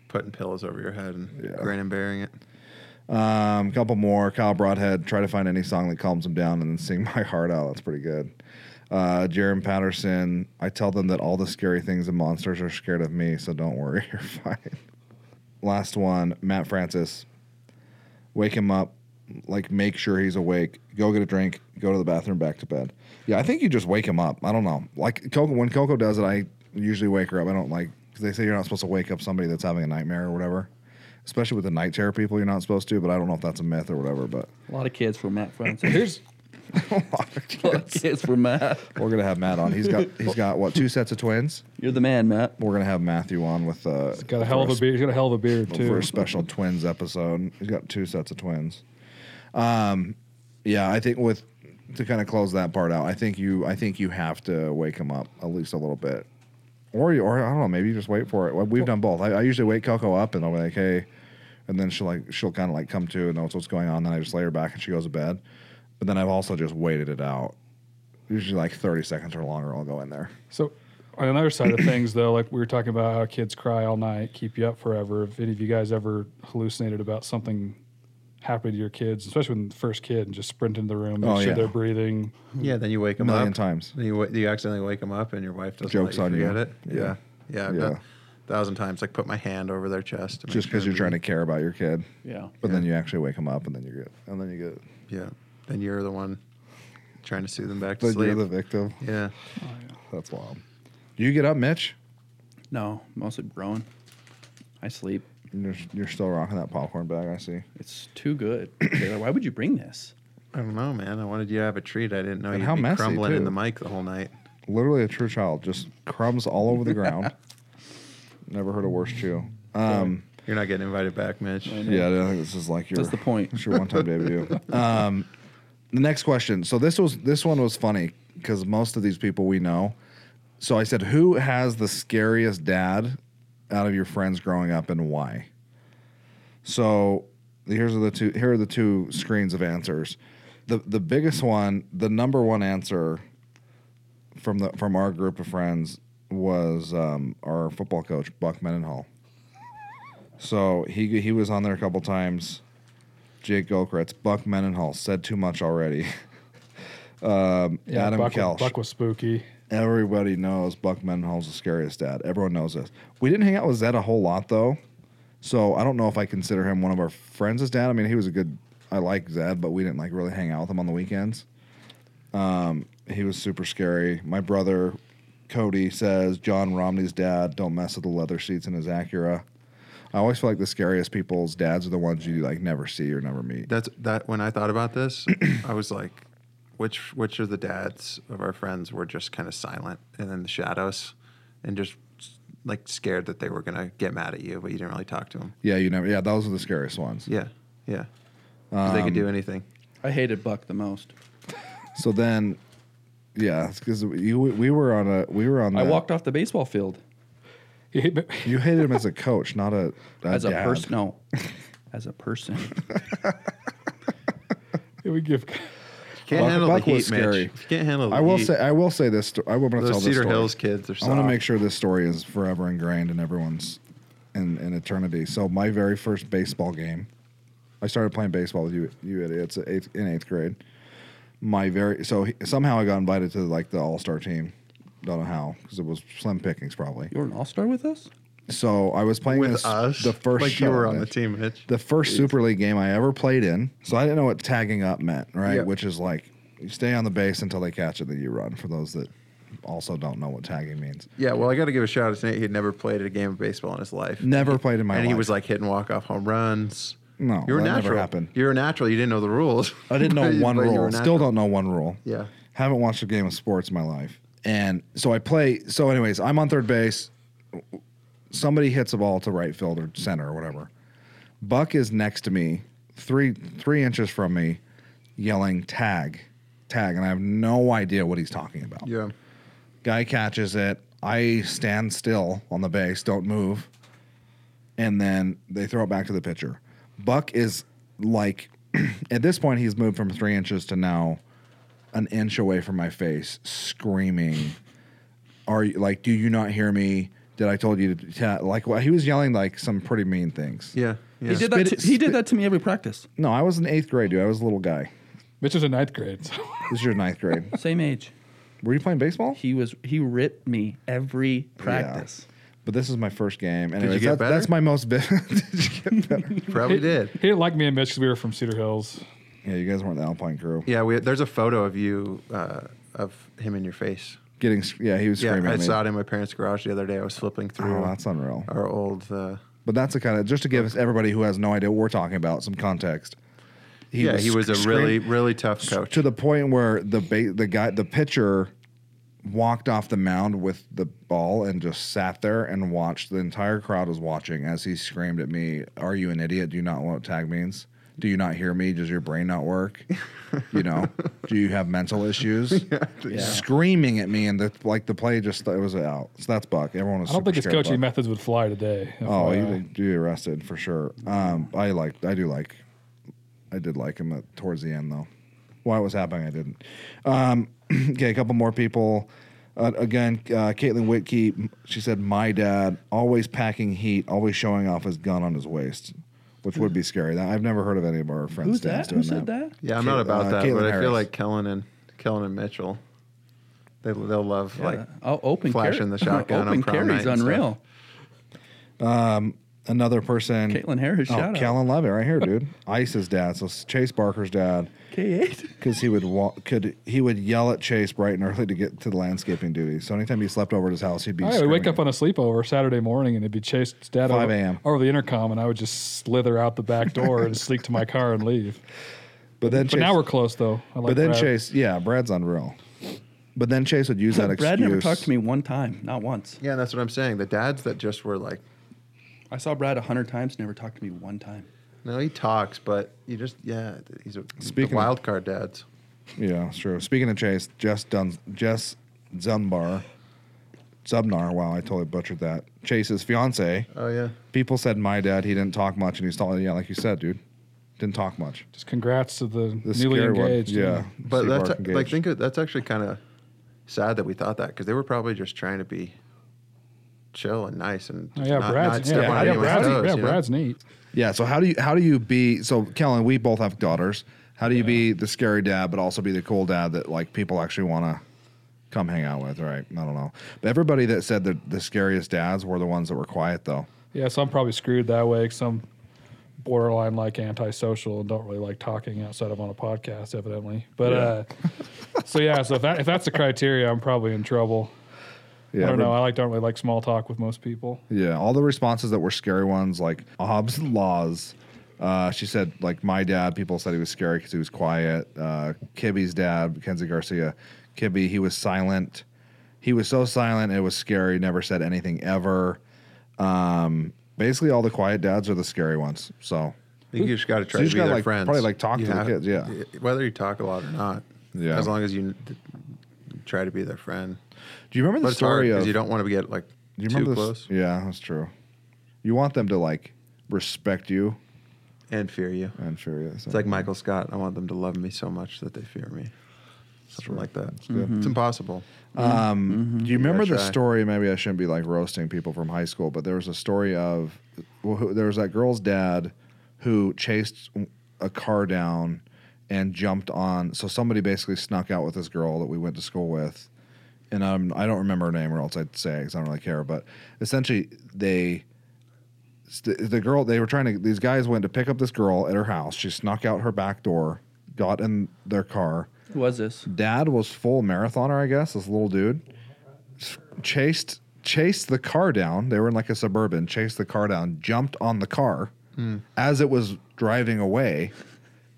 Speaker 3: putting pillows over your head and
Speaker 1: Yeah.
Speaker 3: grinning and bearing it.
Speaker 1: Um, couple more. Kyle Broadhead, try to find any song that calms him down and then sing my heart out. That's pretty good. Uh, Jerem Patterson, I tell them that all the scary things and monsters are scared of me, so don't worry, you're fine. Last one, Matt Francis. Wake him up, like make sure he's awake. Go get a drink, go to the bathroom, back to bed. Yeah, I think you just wake him up. I don't know. Like Coco, when Coco does it, I usually wake her up. I don't like because they say you're not supposed to wake up somebody that's having a nightmare or whatever. Especially with the night terror people, you're not supposed to. But I don't know if that's a myth or whatever. But
Speaker 5: A lot of kids for Matt Francis.
Speaker 4: Here's
Speaker 5: a lot of kids for Matt.
Speaker 1: we're gonna have Matt on. He's got he's got what two sets of twins.
Speaker 5: You're the man, Matt.
Speaker 1: We're gonna have Matthew on with uh,
Speaker 4: got a hell of a
Speaker 1: first-
Speaker 4: beard. He's got a hell of a beard too.
Speaker 1: for a special twins episode. He's got two sets of twins. Um, yeah, I think with to kind of close that part out, I think you I think you have to wake him up at least a little bit, or you- or I don't know, maybe you just wait for it. Well, We've done both. I, I usually wake Coco up and I'll be like, hey, and then she'll like she'll kind of like come to and knows what's going on. Then I just lay her back and she goes to bed. But then I've also just waited it out. Usually like thirty seconds or longer, I'll go in there.
Speaker 4: So, on another side of things, though, like we were talking about how kids cry all night, keep you up forever. If any of you guys ever hallucinated about something happening to your kids, especially when the first kid, and just sprint into the room, make
Speaker 1: Oh,
Speaker 4: sure
Speaker 1: yeah.
Speaker 4: they're breathing.
Speaker 3: Yeah, then you wake them
Speaker 1: million
Speaker 3: up.
Speaker 1: times.
Speaker 3: Then you, wa- you accidentally wake them up and your wife doesn't
Speaker 1: Joke's
Speaker 3: let
Speaker 1: on
Speaker 3: you
Speaker 1: you.
Speaker 3: forget it.
Speaker 1: Yeah.
Speaker 3: Yeah. Yeah. I've
Speaker 1: Yeah.
Speaker 3: done a thousand times. Like put my hand over their chest. to make
Speaker 1: Just because
Speaker 3: sure
Speaker 1: you're trying to care about your kid.
Speaker 5: Yeah.
Speaker 1: But then you actually wake them up and then you're good. And then you get
Speaker 3: that- Yeah. Then you're the one trying to soothe them back to
Speaker 1: But
Speaker 3: sleep.
Speaker 1: you're the victim.
Speaker 3: yeah.
Speaker 1: That's wild. Do you get up, Mitch?
Speaker 5: No, mostly Rowan. I sleep.
Speaker 1: You're, you're still rocking that popcorn bag, I see.
Speaker 5: It's too good. Taylor, why would you bring this?
Speaker 3: I don't know, man. I wanted you to have a treat. I didn't know
Speaker 1: And
Speaker 3: you'd
Speaker 1: how
Speaker 3: be
Speaker 1: messy,
Speaker 3: crumbling
Speaker 1: too.
Speaker 3: in the mic the whole night.
Speaker 1: Literally a true child, just crumbs all over the ground. Never heard a worse chew. Um,
Speaker 3: You're not getting invited back, Mitch.
Speaker 1: yeah, I think this is like your
Speaker 5: That's the point.
Speaker 1: It's your one-time debut. Um, the next question. So this was this one was funny because most of these people we know. So I said, who has the scariest dad out of your friends growing up, and why? So here's the two. Here are the two screens of answers. The the biggest one, the number one answer from the from our group of friends was um, our football coach Buck Mendenhall. So he he was on there a couple times. Jake Gokretz, Buck Mendenhall said too much already. um, Adam
Speaker 4: Buck,
Speaker 1: Kelch.
Speaker 4: Buck was spooky.
Speaker 1: Everybody knows Buck Mendenhall's the scariest dad. Everyone knows this. We didn't hang out with Zed a whole lot though, so I don't know if I consider him one of our friends' as dad. I mean, he was a good. I like Zed, but we didn't like really hang out with him on the weekends. Um, he was super scary. My brother, Cody, says John Romney's dad. Don't mess with the leather seats in his Acura. I always feel like the scariest people's dads are the ones you like never see or never meet.
Speaker 3: That's that. When I thought about this, I was like, which which of the dads of our friends were just kind of silent and in the shadows, and just like scared that they were gonna get mad at you, but you didn't really talk to them.
Speaker 1: Yeah, you never. Yeah, those are the scariest ones.
Speaker 3: Yeah, yeah. 'Cause they could
Speaker 1: Um,
Speaker 3: do anything.
Speaker 5: I hated Buck the most.
Speaker 1: So then, yeah, because you we were on a we were on.
Speaker 5: I
Speaker 1: that-
Speaker 5: walked off the baseball field
Speaker 4: He-
Speaker 1: You hated him as a coach, not a, a
Speaker 5: as a
Speaker 1: dad.
Speaker 5: person. No, as a person.
Speaker 4: he would give.
Speaker 3: You can't
Speaker 1: Buck-
Speaker 3: handle
Speaker 1: Buck
Speaker 3: the heat,
Speaker 1: was scary.
Speaker 3: Mitch. You can't handle. The
Speaker 1: I will
Speaker 3: heat.
Speaker 1: say I will say this. sto- I will
Speaker 3: those
Speaker 1: tell this
Speaker 3: Cedar
Speaker 1: story.
Speaker 3: Hills kids are.
Speaker 1: I want to make sure this story is forever ingrained in everyone's in, in eternity. So my very first baseball game, I started playing baseball with you you idiots at eighth, in eighth grade. My very so he, somehow I got invited to like the all star team. Don't know how because it was slim pickings probably.
Speaker 5: You were an all star with us?
Speaker 1: So I was playing
Speaker 3: with
Speaker 1: this,
Speaker 3: us.
Speaker 1: the first
Speaker 3: like you
Speaker 1: show,
Speaker 3: were on the
Speaker 1: Mitch.
Speaker 3: team, Mitch.
Speaker 1: the first Super League game I ever played in. So I didn't know what tagging up meant, right?
Speaker 3: Yeah.
Speaker 1: Which is like you stay on the base until they catch it, then you run. For those that also don't know what tagging means,
Speaker 3: Yeah, well, I got to give a shout out to Nate. He'd never played a game of baseball in his life.
Speaker 1: never played in my
Speaker 3: and
Speaker 1: life.
Speaker 3: he was like hitting walk off home runs.
Speaker 1: No,
Speaker 3: you were
Speaker 1: that never
Speaker 3: natural.
Speaker 1: happened.
Speaker 3: You were natural. You didn't know the rules.
Speaker 1: I didn't know
Speaker 3: But you-
Speaker 1: one
Speaker 3: but you
Speaker 1: rule.
Speaker 3: were
Speaker 1: Still
Speaker 3: natural.
Speaker 1: don't know one rule.
Speaker 3: Yeah.
Speaker 1: Haven't watched a game of sports in my life. And so I play. So, anyways, I'm on third base. Somebody hits a ball to right field or center or whatever. Buck is next to me, three three inches from me, yelling tag, tag, and I have no idea what he's talking about.
Speaker 3: Yeah.
Speaker 1: Guy catches it. I stand still on the base, don't move. And then they throw it back to the pitcher. Buck is like, at this point, he's moved from three inches to now an inch away from my face, screaming, Are you like, do you not hear me? Did I told you to, ta-" like, well, he was yelling like some pretty mean things.
Speaker 3: Yeah. Yeah.
Speaker 5: He did that.
Speaker 1: Spit-
Speaker 5: To, he did that to me every practice.
Speaker 1: No, I was in eighth grade, dude. I was a little guy.
Speaker 4: Mitch was in ninth grade. So.
Speaker 1: This is your ninth grade.
Speaker 5: Same age.
Speaker 1: Were you playing baseball?
Speaker 5: He was. He ripped me every practice.
Speaker 1: But this is my first game. Anyways,
Speaker 3: get
Speaker 1: that-
Speaker 3: better?
Speaker 1: That's my most. vi- Did you get better?
Speaker 3: Probably did.
Speaker 4: He didn't like me and Mitch because we were from Cedar Hills.
Speaker 1: yeah, you guys weren't the Alpine crew.
Speaker 3: Yeah. We there's a photo of you uh, of him in your face.
Speaker 1: Getting sc- yeah, he was
Speaker 3: Yeah,
Speaker 1: screaming.
Speaker 3: I
Speaker 1: at me.
Speaker 3: saw it in my parents' garage the other day. I was flipping through
Speaker 1: Oh, that's unreal.
Speaker 3: our old. Uh,
Speaker 1: But that's the kind of just to give us everybody who has no idea what we're talking about some context.
Speaker 3: yeah, he was a
Speaker 1: sc-
Speaker 3: really,
Speaker 1: scream-
Speaker 3: really tough coach.
Speaker 1: to the point where the ba- the guy the pitcher walked off the mound with the ball and just sat there and watched. The entire crowd was watching as he screamed at me, "Are you an idiot? Do you not know what tag means? Do you not hear me? Does your brain not work? You know, do you have mental issues?" Screaming at me and the like the play just it was out. So that's Buck. Everyone was.
Speaker 4: I don't
Speaker 1: super
Speaker 4: think his
Speaker 1: scared of
Speaker 4: coaching
Speaker 1: Buck.
Speaker 4: methods would fly today.
Speaker 1: Oh,
Speaker 4: FYI.
Speaker 1: you would be arrested for sure. Um, I like, I do like, I did like him at, towards the end though. While it was happening, I didn't. Um, okay, a couple more people. Uh, again, uh, Caitlin Whitkey, she said, "My dad always packing heat, always showing off his gun on his waist." Which would be scary. That I've never heard of any of our friends'
Speaker 5: Who's
Speaker 1: dads
Speaker 5: that?
Speaker 1: doing
Speaker 5: Who said that?
Speaker 3: yeah, I'm not about
Speaker 1: uh,
Speaker 3: that,
Speaker 1: Caitlin
Speaker 3: but I
Speaker 1: Harris.
Speaker 3: feel like Kellen and Kellen and Mitchell, they they'll love like
Speaker 5: oh, open
Speaker 3: flashing
Speaker 5: carry.
Speaker 3: the shotgun on
Speaker 5: open
Speaker 3: prom night
Speaker 5: carries
Speaker 3: and stuff.
Speaker 5: unreal.
Speaker 1: Another person,
Speaker 5: Caitlin Harris,
Speaker 1: Oh,
Speaker 5: shout out.
Speaker 1: Kellen Levitt, right here, dude. Ice's dad, so Chase Barker's dad.
Speaker 5: K eight.
Speaker 1: because he would wa- could he would yell at Chase bright and early to get to the landscaping duty. So anytime he slept over at his house, he'd be.
Speaker 4: I would Oh, wake
Speaker 1: screaming.
Speaker 4: up on a sleepover Saturday morning and it'd be chased dad
Speaker 1: 5
Speaker 4: over-
Speaker 1: a.m..
Speaker 4: over the intercom and I would just slither out the back door and sneak to my car and leave.
Speaker 1: But then, Chase,
Speaker 4: But now we're close though. I like
Speaker 1: But then
Speaker 4: Brad.
Speaker 1: Chase, yeah, Brad's unreal. But then Chase would use that excuse.
Speaker 5: Brad never talked to me one time, not once.
Speaker 3: Yeah, that's what I'm saying. The dads that just were like,
Speaker 5: I saw Brad a hundred times, never talked to me one time.
Speaker 3: no, he talks, but you just yeah, he's a
Speaker 1: Speaking
Speaker 3: the
Speaker 1: of-
Speaker 3: wild card dads.
Speaker 1: Yeah, it's true. Speaking of Chase, Jess Dun- Jess Zumbar, Zubnar. Wow, I totally butchered that. Chase's fiance.
Speaker 3: Oh yeah,
Speaker 1: People said my dad. He didn't talk much, and he's tall. Yeah, like you said, dude, didn't talk much.
Speaker 4: Just congrats to the,
Speaker 1: The
Speaker 4: newly
Speaker 1: scary
Speaker 4: engaged.
Speaker 1: one. Yeah,
Speaker 3: but
Speaker 1: Steve Bark
Speaker 3: that's like
Speaker 1: engaged.
Speaker 3: think of, that's actually kind of sad that we thought that because they were probably just trying to be chill and nice and
Speaker 4: Oh, yeah,
Speaker 3: not, not
Speaker 4: Brad's, yeah,
Speaker 3: step on
Speaker 4: yeah,
Speaker 3: anyone's
Speaker 4: Brad's,
Speaker 3: toes,
Speaker 4: yeah,
Speaker 3: you know?
Speaker 4: Brad's neat.
Speaker 1: Yeah. So how do you how do you be so Kellen? We both have daughters. How do you be the scary dad, but also be the cool dad that like people actually want to come hang out with? Right? I don't know. But everybody that said that the scariest dads were the ones that were quiet though.
Speaker 4: Yeah, so I'm probably screwed that way because I'm borderline like antisocial and don't really like talking outside of on a podcast, evidently. But uh, so yeah, so if, that, if that's the criteria, I'm probably in trouble.
Speaker 1: Yeah.
Speaker 4: I don't
Speaker 1: but-
Speaker 4: know. I like don't really like small talk with most people.
Speaker 1: Yeah. All the responses that were scary ones, like Hobbs Laws. Uh, she said, like my dad. People said he was scary because he was quiet. Uh, Kibby's dad, Kenzie Garcia, Kibby. He was silent. He was so silent it was scary. Never said anything ever. Um, basically, all the quiet dads are the scary ones. So
Speaker 3: I think you just got to try
Speaker 1: you
Speaker 3: to
Speaker 1: just
Speaker 3: be
Speaker 1: gotta,
Speaker 3: their
Speaker 1: like,
Speaker 3: friends.
Speaker 1: probably, like, talk
Speaker 3: You
Speaker 1: to the
Speaker 3: have-
Speaker 1: kids, yeah.
Speaker 3: y- Whether you talk a lot or not.
Speaker 1: Yeah.
Speaker 3: As long as you n- try to be their friend.
Speaker 1: Do you remember the
Speaker 3: But it's hard
Speaker 1: story
Speaker 3: because
Speaker 1: of?
Speaker 3: you don't want to get like
Speaker 1: do you
Speaker 3: too
Speaker 1: remember this-
Speaker 3: close
Speaker 1: Yeah, that's true. You want them to like respect you
Speaker 3: and fear you.
Speaker 1: and fear you. So.
Speaker 3: It's like Michael Scott. I want them to love me so much that they fear me. Something like that.
Speaker 1: good.
Speaker 3: It's impossible.
Speaker 1: Um, Do you remember the
Speaker 3: try.
Speaker 1: story? Maybe I shouldn't be like roasting people from high school, but there was a story of well, who, there was that girl's dad who chased a car down and jumped on. So somebody basically snuck out with this girl that we went to school with, and um, I don't remember her name, or else I'd say because I don't really care. But essentially, they st- the girl they were trying to these guys went to pick up this girl at her house. She snuck out her back door, got in their car
Speaker 5: Who was this?
Speaker 1: dad was full marathoner, I guess, this little dude. Chased chased the car down. They were in like a suburban, chased the car down, jumped on the car
Speaker 4: Hmm.
Speaker 1: as it was driving away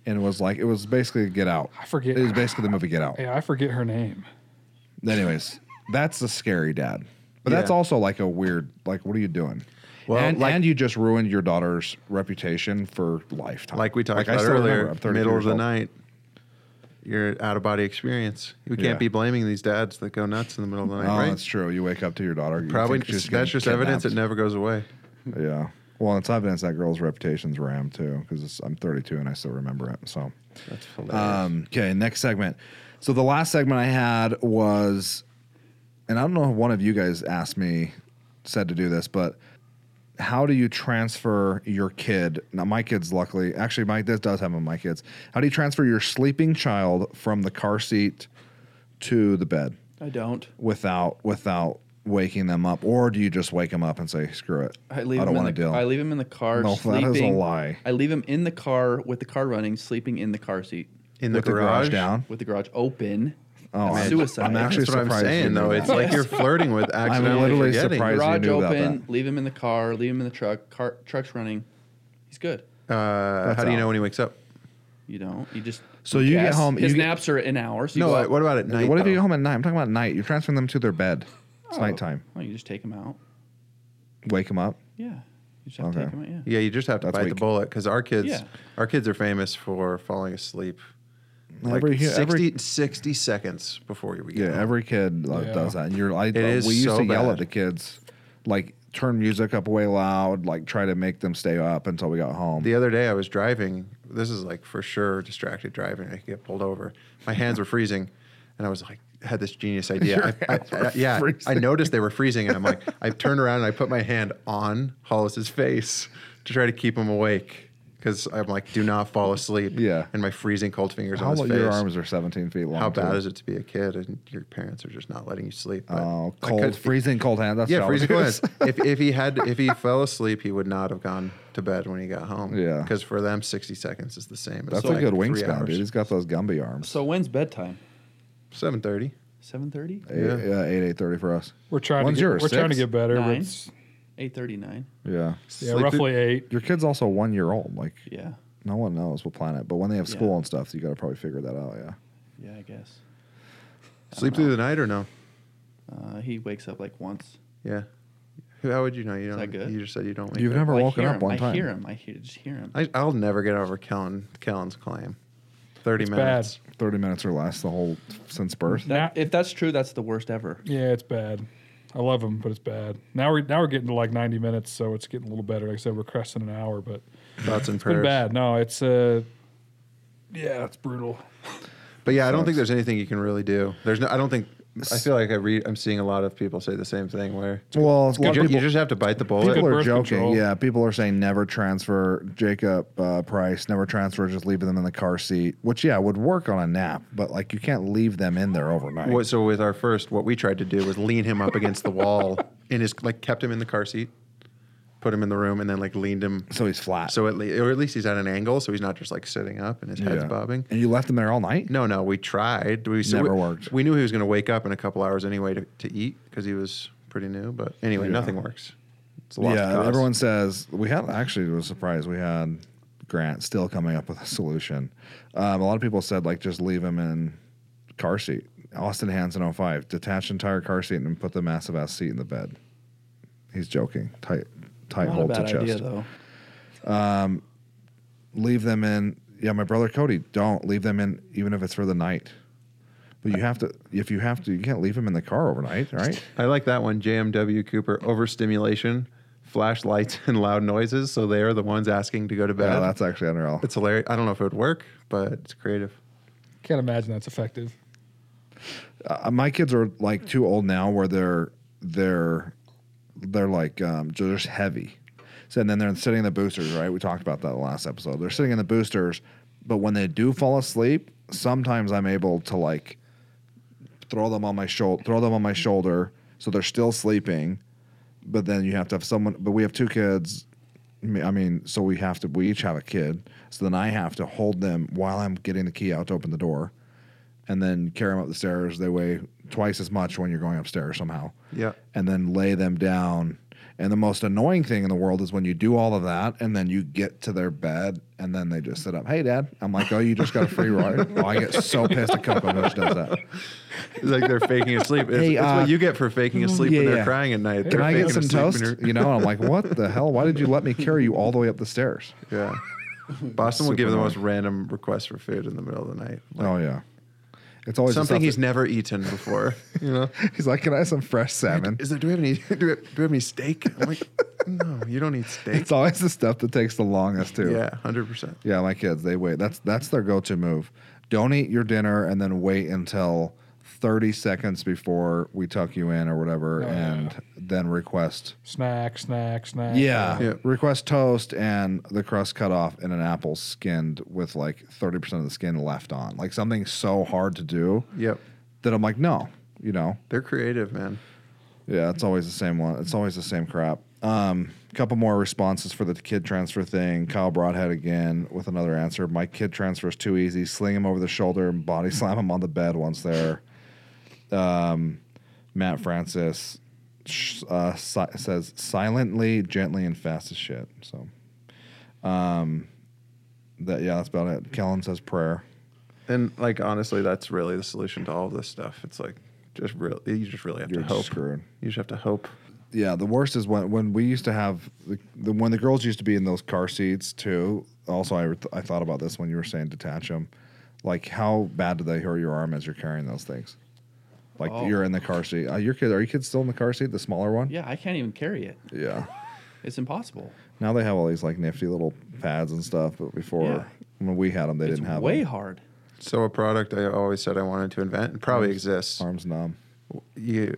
Speaker 1: and was like it was basically get out.
Speaker 4: I forget-
Speaker 1: It was basically the movie Get Out.
Speaker 4: Yeah, I forget her name.
Speaker 1: Anyways, that's the scary dad. But that's
Speaker 3: Yeah.
Speaker 1: also like a weird like what are you doing?
Speaker 3: Well,
Speaker 1: and,
Speaker 3: like-
Speaker 1: and you just ruined your daughter's reputation for lifetime.
Speaker 3: Like we talked
Speaker 1: I
Speaker 3: about
Speaker 1: still remember,
Speaker 3: earlier,
Speaker 1: I'm 32
Speaker 3: middle of
Speaker 1: years
Speaker 3: the
Speaker 1: old.
Speaker 3: night, your out of body experience. We can't
Speaker 1: Yeah.
Speaker 3: be blaming these dads that go nuts in the middle of the night,
Speaker 1: Oh,
Speaker 3: right?
Speaker 1: that's true. You wake up to your daughter. you
Speaker 3: Probably
Speaker 1: think she's getting
Speaker 3: that's just evidence it
Speaker 1: kidnapped.
Speaker 3: never goes away.
Speaker 1: Yeah. Well, it's evidence that girl's reputation's rammed too, because I'm 32 and I still remember it. So,
Speaker 3: That's hilarious.
Speaker 1: um, okay, next segment. So the last segment I had was, and I don't know if one of you guys asked me, said to do this, but how do you transfer your kid? Now my kids, luckily, actually, my this does happen. with My kids. How do you transfer your sleeping child from the car seat to the bed
Speaker 5: I don't.
Speaker 1: without without waking them up, or do you just wake them up and say, "Screw it,
Speaker 5: I leave
Speaker 1: don't
Speaker 5: him in
Speaker 1: want
Speaker 5: the,
Speaker 1: to deal."
Speaker 5: I leave him in the car
Speaker 1: No, that is a
Speaker 5: sleeping.
Speaker 1: lie.
Speaker 5: I leave him in the car with the car running, sleeping in the car seat
Speaker 3: in the
Speaker 1: With
Speaker 3: garage,
Speaker 1: down.
Speaker 5: with the garage open.
Speaker 1: Oh,
Speaker 5: That's
Speaker 1: I'm-
Speaker 5: suicide.
Speaker 1: I'm actually
Speaker 3: That's what I'm
Speaker 1: surprised you
Speaker 3: saying,
Speaker 1: knew
Speaker 3: though.
Speaker 1: that.
Speaker 3: It's like you're flirting with accidentally
Speaker 1: literally
Speaker 3: forgetting.
Speaker 1: surprised.
Speaker 5: garage
Speaker 1: knew about
Speaker 5: open.
Speaker 1: that.
Speaker 5: Leave him in the car. Leave him in the truck. Car truck's running. He's good.
Speaker 3: Uh, how do you
Speaker 1: out.
Speaker 3: know when he wakes up?
Speaker 5: You don't. You just.
Speaker 1: So you get
Speaker 5: guess.
Speaker 1: home-
Speaker 5: His
Speaker 1: you get-
Speaker 5: naps are an hour. So you
Speaker 3: No,
Speaker 5: go
Speaker 3: uh,
Speaker 5: out-
Speaker 3: what about at night?
Speaker 1: What if you
Speaker 3: though?
Speaker 1: go home at night? I'm talking about night. You're transferring them to their bed. It's nighttime.
Speaker 5: Well, you just take him out.
Speaker 1: Wake them up.
Speaker 5: Yeah. You just have to
Speaker 1: Okay.
Speaker 5: take him out. Yeah.
Speaker 3: Yeah, you just have to
Speaker 1: That's
Speaker 3: bite the
Speaker 1: weak.
Speaker 3: bullet because our kids,
Speaker 5: Yeah.
Speaker 3: our kids are famous for falling asleep like
Speaker 1: Every-
Speaker 3: 60,
Speaker 1: every-
Speaker 3: 60 seconds before we get
Speaker 1: Yeah,
Speaker 3: home.
Speaker 1: every kid uh,
Speaker 4: Yeah.
Speaker 1: does that. And you're like,
Speaker 3: It
Speaker 1: uh,
Speaker 3: is
Speaker 1: we used
Speaker 3: so
Speaker 1: to yell
Speaker 3: bad.
Speaker 1: at the kids, like turn music up way loud, like try to make them stay up until we got home.
Speaker 3: The other day I was driving. This is like for sure distracted driving. I could get pulled over. My hands were freezing, and I was like, had this genius idea. I, I- I- yeah, I noticed they were freezing, and I'm like, I turned around and I put my hand on Hollis's face to try to keep him awake because I'm like, do not fall asleep.
Speaker 1: Yeah.
Speaker 3: and my freezing cold fingers
Speaker 1: How
Speaker 3: on his
Speaker 1: about
Speaker 3: face.
Speaker 1: your arms are 17 feet long?
Speaker 3: How bad
Speaker 1: too.
Speaker 3: is it to be a kid and your parents are just not letting you sleep? But
Speaker 1: Oh,
Speaker 3: I
Speaker 1: cold,
Speaker 3: could-
Speaker 1: freezing cold hand. That's
Speaker 3: Yeah,
Speaker 1: what I
Speaker 3: freezing
Speaker 1: would
Speaker 3: cold.
Speaker 1: use.
Speaker 3: if if he had if he fell asleep, he would not have gone to bed when he got home.
Speaker 1: Yeah.
Speaker 3: because for them, sixty seconds is the same.
Speaker 1: That's a good wingspan, dude. He's got those Gumby arms.
Speaker 5: So when's bedtime?
Speaker 3: Seven thirty.
Speaker 5: Seven thirty.
Speaker 1: Eight, yeah, eight eight thirty for us.
Speaker 4: We're trying
Speaker 1: When's
Speaker 4: to get,
Speaker 1: yours?
Speaker 4: we're trying to
Speaker 1: Six?
Speaker 4: get better.
Speaker 5: Nine?
Speaker 4: But it's,
Speaker 5: Eight thirty nine.
Speaker 1: Yeah,
Speaker 4: yeah, roughly eight.
Speaker 1: your kid's also one year old. Like
Speaker 5: Yeah.
Speaker 1: no one knows what planet, but when they have
Speaker 5: Yeah.
Speaker 1: school and stuff, you got to probably figure that out. Yeah.
Speaker 5: Yeah, I guess.
Speaker 3: Sleep through the night or no?
Speaker 5: Uh, he wakes up like once.
Speaker 3: Yeah. Who? How would you know? You don't.
Speaker 5: that good?
Speaker 3: You just said you don't. Wake
Speaker 1: You've
Speaker 3: up.
Speaker 1: never
Speaker 5: I
Speaker 1: woken
Speaker 5: hear
Speaker 1: up
Speaker 5: him.
Speaker 1: one
Speaker 5: I
Speaker 1: time.
Speaker 5: hear him. I hear, just hear him.
Speaker 3: I, I'll never get over Kellen Kellen's claim. Thirty
Speaker 4: It's
Speaker 3: minutes.
Speaker 1: Thirty minutes or less the whole since birth.
Speaker 5: That-
Speaker 4: Nah.
Speaker 5: if that's true, that's the worst ever.
Speaker 4: Yeah, it's bad. I love him, but it's bad. Now we're now we're getting to like 90 minutes, so it's getting a little better. Like I said, we're cresting an hour, but
Speaker 3: Thoughts and
Speaker 4: it's been
Speaker 3: prayers.
Speaker 4: bad. No, it's uh, yeah, it's brutal.
Speaker 3: But yeah, I don't think there's anything you can really do. There's no. I don't think. I feel like I read. I'm seeing a lot of people say the same thing where
Speaker 1: Well, a lot
Speaker 3: you, ju-
Speaker 1: of
Speaker 3: you
Speaker 1: people,
Speaker 3: just have to bite the bullet.
Speaker 1: people are
Speaker 4: birth
Speaker 1: joking.
Speaker 4: control.
Speaker 1: Yeah, people are saying never transfer Jacob uh, Price, never transfer, just leaving them in the car seat. Which yeah would work on a nap, but like you can't leave them in there overnight.
Speaker 3: What, so with our first, what we tried to do was lean him up against the wall and his like kept him in the car seat, put him in the room, and then like leaned him.
Speaker 1: So he's flat.
Speaker 3: So at least, or at least he's at an angle, so he's not just like sitting up and his head's
Speaker 1: Yeah.
Speaker 3: bobbing.
Speaker 1: And you left them there all night.
Speaker 3: No, no, we tried. We so
Speaker 1: Never
Speaker 3: we,
Speaker 1: worked.
Speaker 3: We knew he was going to wake up in a couple hours anyway to, to eat because he was pretty new. But anyway,
Speaker 1: Yeah.
Speaker 3: nothing works. It's a lost
Speaker 1: Yeah,
Speaker 3: cause.
Speaker 1: everyone says we had actually was surprised we had Grant still coming up with a solution. Um, a lot of people said like just leave him in car seat. Austin Hansen 05 detach entire car seat and put the massive ass seat in the bed. He's joking. Tight tight
Speaker 5: Not a
Speaker 1: hold to
Speaker 5: bad
Speaker 1: chest.
Speaker 5: idea though.
Speaker 1: Leave them in. Yeah, my brother Cody, don't leave them in even if it's for the night. But you have to if you have to you can't leave him in the car overnight, right?
Speaker 3: I like that one. JMW Cooper overstimulation, flashlights, and loud noises. So they are the ones asking to go to bed.
Speaker 1: Yeah, that's actually unreal.
Speaker 3: it's hilarious. I don't know if it would work, but it's creative.
Speaker 4: Can't imagine that's effective.
Speaker 1: Uh, my kids are like too old now where they're they're they're like um, ju- just heavy. So and then they're sitting in the boosters, right? We talked about that last episode. They're sitting in the boosters, but when they do fall asleep, sometimes I'm able to like throw them on my shoulder, throw them on my shoulder, so they're still sleeping. But then you have to have someone. But we have two kids. I mean- I mean, so we have to. We each have a kid. So then I have to hold them while I'm getting the key out to open the door, and then carry them up the stairs. They weigh twice as much when you're going upstairs somehow
Speaker 3: Yeah.
Speaker 1: and then lay them down. And the most annoying thing in the world is when you do all of that and then you get to their bed and then they just sit up. Hey, Dad. I'm like, oh, you just got a free ride. oh, I get so pissed at Coco Bush does that.
Speaker 3: It's like they're faking asleep. It's,
Speaker 1: Hey,
Speaker 3: it's
Speaker 1: uh,
Speaker 3: what you get for faking asleep
Speaker 1: yeah,
Speaker 3: when they're
Speaker 1: yeah.
Speaker 3: crying at night.
Speaker 1: Can
Speaker 3: They're
Speaker 1: I get some
Speaker 3: faking asleep
Speaker 1: toast?
Speaker 3: when
Speaker 1: You know, and I'm like, what the hell? Why did you let me carry you all the way up the stairs?
Speaker 3: you're- Yeah. Boston will give the most random requests for food in the middle of the night. Like,
Speaker 1: Oh, yeah. It's always the
Speaker 3: something he's
Speaker 1: stuff
Speaker 3: never eaten before. You know,
Speaker 1: that- he's like, can I have some fresh salmon?
Speaker 3: is there? Do we have any? Do we have, do we have any steak? I'm like, no, you don't eat steak.
Speaker 1: It's always the stuff that takes the longest, too.
Speaker 3: Yeah, hundred percent.
Speaker 1: Yeah, my kids, they wait. That's that's their go-to move. Don't eat your dinner and then wait until 30 seconds before we tuck you in or whatever
Speaker 4: Oh, yeah.
Speaker 1: and then request
Speaker 4: Snack, snack, snack.
Speaker 1: yeah,
Speaker 3: Yeah.
Speaker 1: request toast and the crust cut off and an apple skinned with like 30% of the skin left on. Like something so hard to do
Speaker 3: Yep,
Speaker 1: that I'm like, "No." You know.
Speaker 3: they're creative, man.
Speaker 1: Yeah, it's always the same one. It's always the same crap. Um, couple more responses for the kid transfer thing. Kyle Broadhead again with another answer. My kid transfer is too easy. Sling him over the shoulder and body slam him on the bed once there. Um, Matt Francis sh- uh, si- says silently, gently, and fast as shit. So, um, that yeah, that's about it. Kellen says prayer.
Speaker 3: And like honestly, that's really the solution to all of this stuff. It's like just really, you just really have
Speaker 1: You're
Speaker 3: to hope.
Speaker 1: screwed.
Speaker 3: You just have to hope.
Speaker 1: yeah, the worst is when when we used to have the, the when the girls used to be in those car seats too. Also, I th- I thought about this when you were saying detach them. Like, how bad do they hurt your arm as you're carrying those things? Like
Speaker 5: Oh.
Speaker 1: you're in the car seat. Uh, your kid, are your kids still in the car seat? The smaller one?
Speaker 5: Yeah, I can't even carry it.
Speaker 1: Yeah.
Speaker 5: It's impossible.
Speaker 1: Now they have all these like nifty little pads and stuff, but before
Speaker 5: Yeah.
Speaker 1: when we had them, they
Speaker 5: It's
Speaker 1: didn't have
Speaker 5: way
Speaker 1: them.
Speaker 5: hard.
Speaker 3: So a product I always said I wanted to invent and probably exists.
Speaker 1: Arms numb.
Speaker 3: you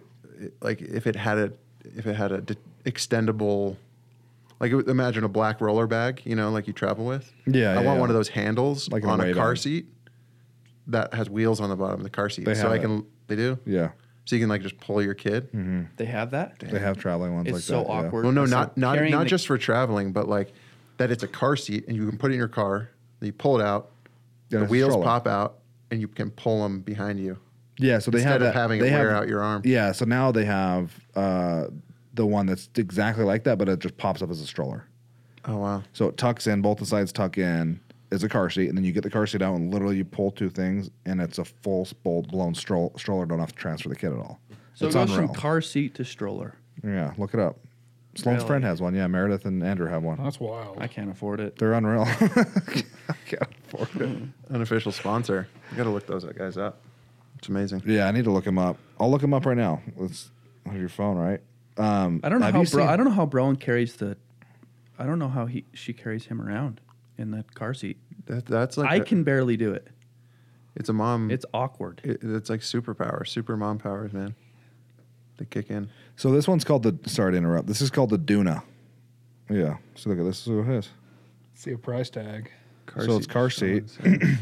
Speaker 3: like if it had a if it had a de- extendable like imagine a black roller bag you know like you travel with
Speaker 1: Yeah, yeah,
Speaker 3: i want
Speaker 1: yeah.
Speaker 3: one of those handles
Speaker 1: Like a
Speaker 3: on a
Speaker 1: weight
Speaker 3: car
Speaker 1: on.
Speaker 3: seat that has wheels on the bottom of the car seat
Speaker 1: They
Speaker 3: so
Speaker 1: have
Speaker 3: i
Speaker 1: it.
Speaker 3: can they do
Speaker 1: Yeah,
Speaker 3: so you can like just pull your kid
Speaker 5: They have that.
Speaker 1: they have traveling ones
Speaker 5: It's
Speaker 1: like
Speaker 5: so
Speaker 1: that. yeah.
Speaker 5: awkward.
Speaker 3: well no
Speaker 5: So
Speaker 3: not not
Speaker 5: carrying
Speaker 3: not
Speaker 5: the-
Speaker 3: just for traveling but like that it's a car seat and you can put it in your car you pull it out
Speaker 1: Yeah,
Speaker 3: the
Speaker 1: it's a
Speaker 3: wheels
Speaker 1: stroller.
Speaker 3: pop out and you can pull them behind you
Speaker 1: Yeah, so they
Speaker 3: instead
Speaker 1: have
Speaker 3: of
Speaker 1: that-
Speaker 3: having
Speaker 1: they
Speaker 3: it wear
Speaker 1: have-
Speaker 3: out your arm
Speaker 1: Yeah, so now they have uh, the one that's exactly like that, but it just pops up as a stroller.
Speaker 3: oh wow
Speaker 1: So it tucks in, both the sides tuck in, is a car seat, and then you get the car seat out and literally you pull two things, and it's a full full blown stroll, stroller. Don't have to transfer the kid at all.
Speaker 5: So
Speaker 1: it's
Speaker 5: it goes
Speaker 1: unreal.
Speaker 5: from car seat to stroller.
Speaker 1: yeah, look it up. Sloan's
Speaker 5: Really?
Speaker 1: friend has one. Yeah, Meredith and Andrew have one.
Speaker 4: That's wild.
Speaker 5: I can't afford it.
Speaker 1: They're unreal. I can't afford it.
Speaker 5: Hmm.
Speaker 3: unofficial sponsor. You got to look those guys up. It's amazing.
Speaker 1: Yeah, I need to look him up. I'll look him up right now. Let's have your phone, right? Um,
Speaker 5: I don't know
Speaker 1: have
Speaker 5: how
Speaker 1: you
Speaker 5: Bro-
Speaker 1: seen-
Speaker 5: I don't know how Brown carries the. I don't know how he she carries him around in that car seat.
Speaker 3: That, that's like
Speaker 5: I
Speaker 3: a-
Speaker 5: can barely do it.
Speaker 3: It's a mom.
Speaker 5: It's
Speaker 3: It's
Speaker 5: awkward.
Speaker 3: it, it's like superpower, super mom powers, man. They kick in.
Speaker 1: So this one's called the. Sorry to interrupt. This is called the Duna. Yeah. So look at this. Is what it is.
Speaker 4: See a price tag.
Speaker 3: Car
Speaker 1: so it's
Speaker 3: seat
Speaker 1: car seat,
Speaker 3: performance.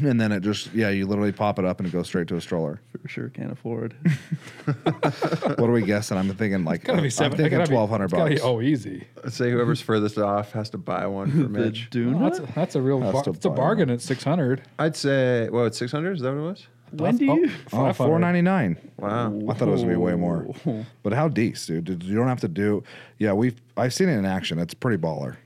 Speaker 1: and then it just yeah, you literally pop it up and it goes straight to a stroller.
Speaker 5: For sure, can't afford.
Speaker 1: what are we guessing? I'm thinking like uh,
Speaker 4: Gotta be
Speaker 1: I'm
Speaker 4: seven.
Speaker 1: thinking
Speaker 4: gotta be-
Speaker 1: twelve hundred
Speaker 4: it's gotta
Speaker 1: bucks.
Speaker 4: be- oh, easy.
Speaker 3: Let's say whoever's furthest off has to buy one for
Speaker 5: the
Speaker 3: Mitch.
Speaker 4: Oh,
Speaker 5: Duna.
Speaker 4: that's, a, that's a real.
Speaker 1: That's
Speaker 4: Bar-
Speaker 1: the
Speaker 4: it's a
Speaker 1: buy
Speaker 4: bargain at six hundred.
Speaker 3: I'd say, well, it's 600? Is that what it was?
Speaker 5: when do you?
Speaker 1: Oh, four ninety nine.
Speaker 3: Wow.
Speaker 1: I thought it was gonna be way more. But how deep, dude? Did- You don't have to do. Yeah, we've I've seen it in action. It's pretty baller.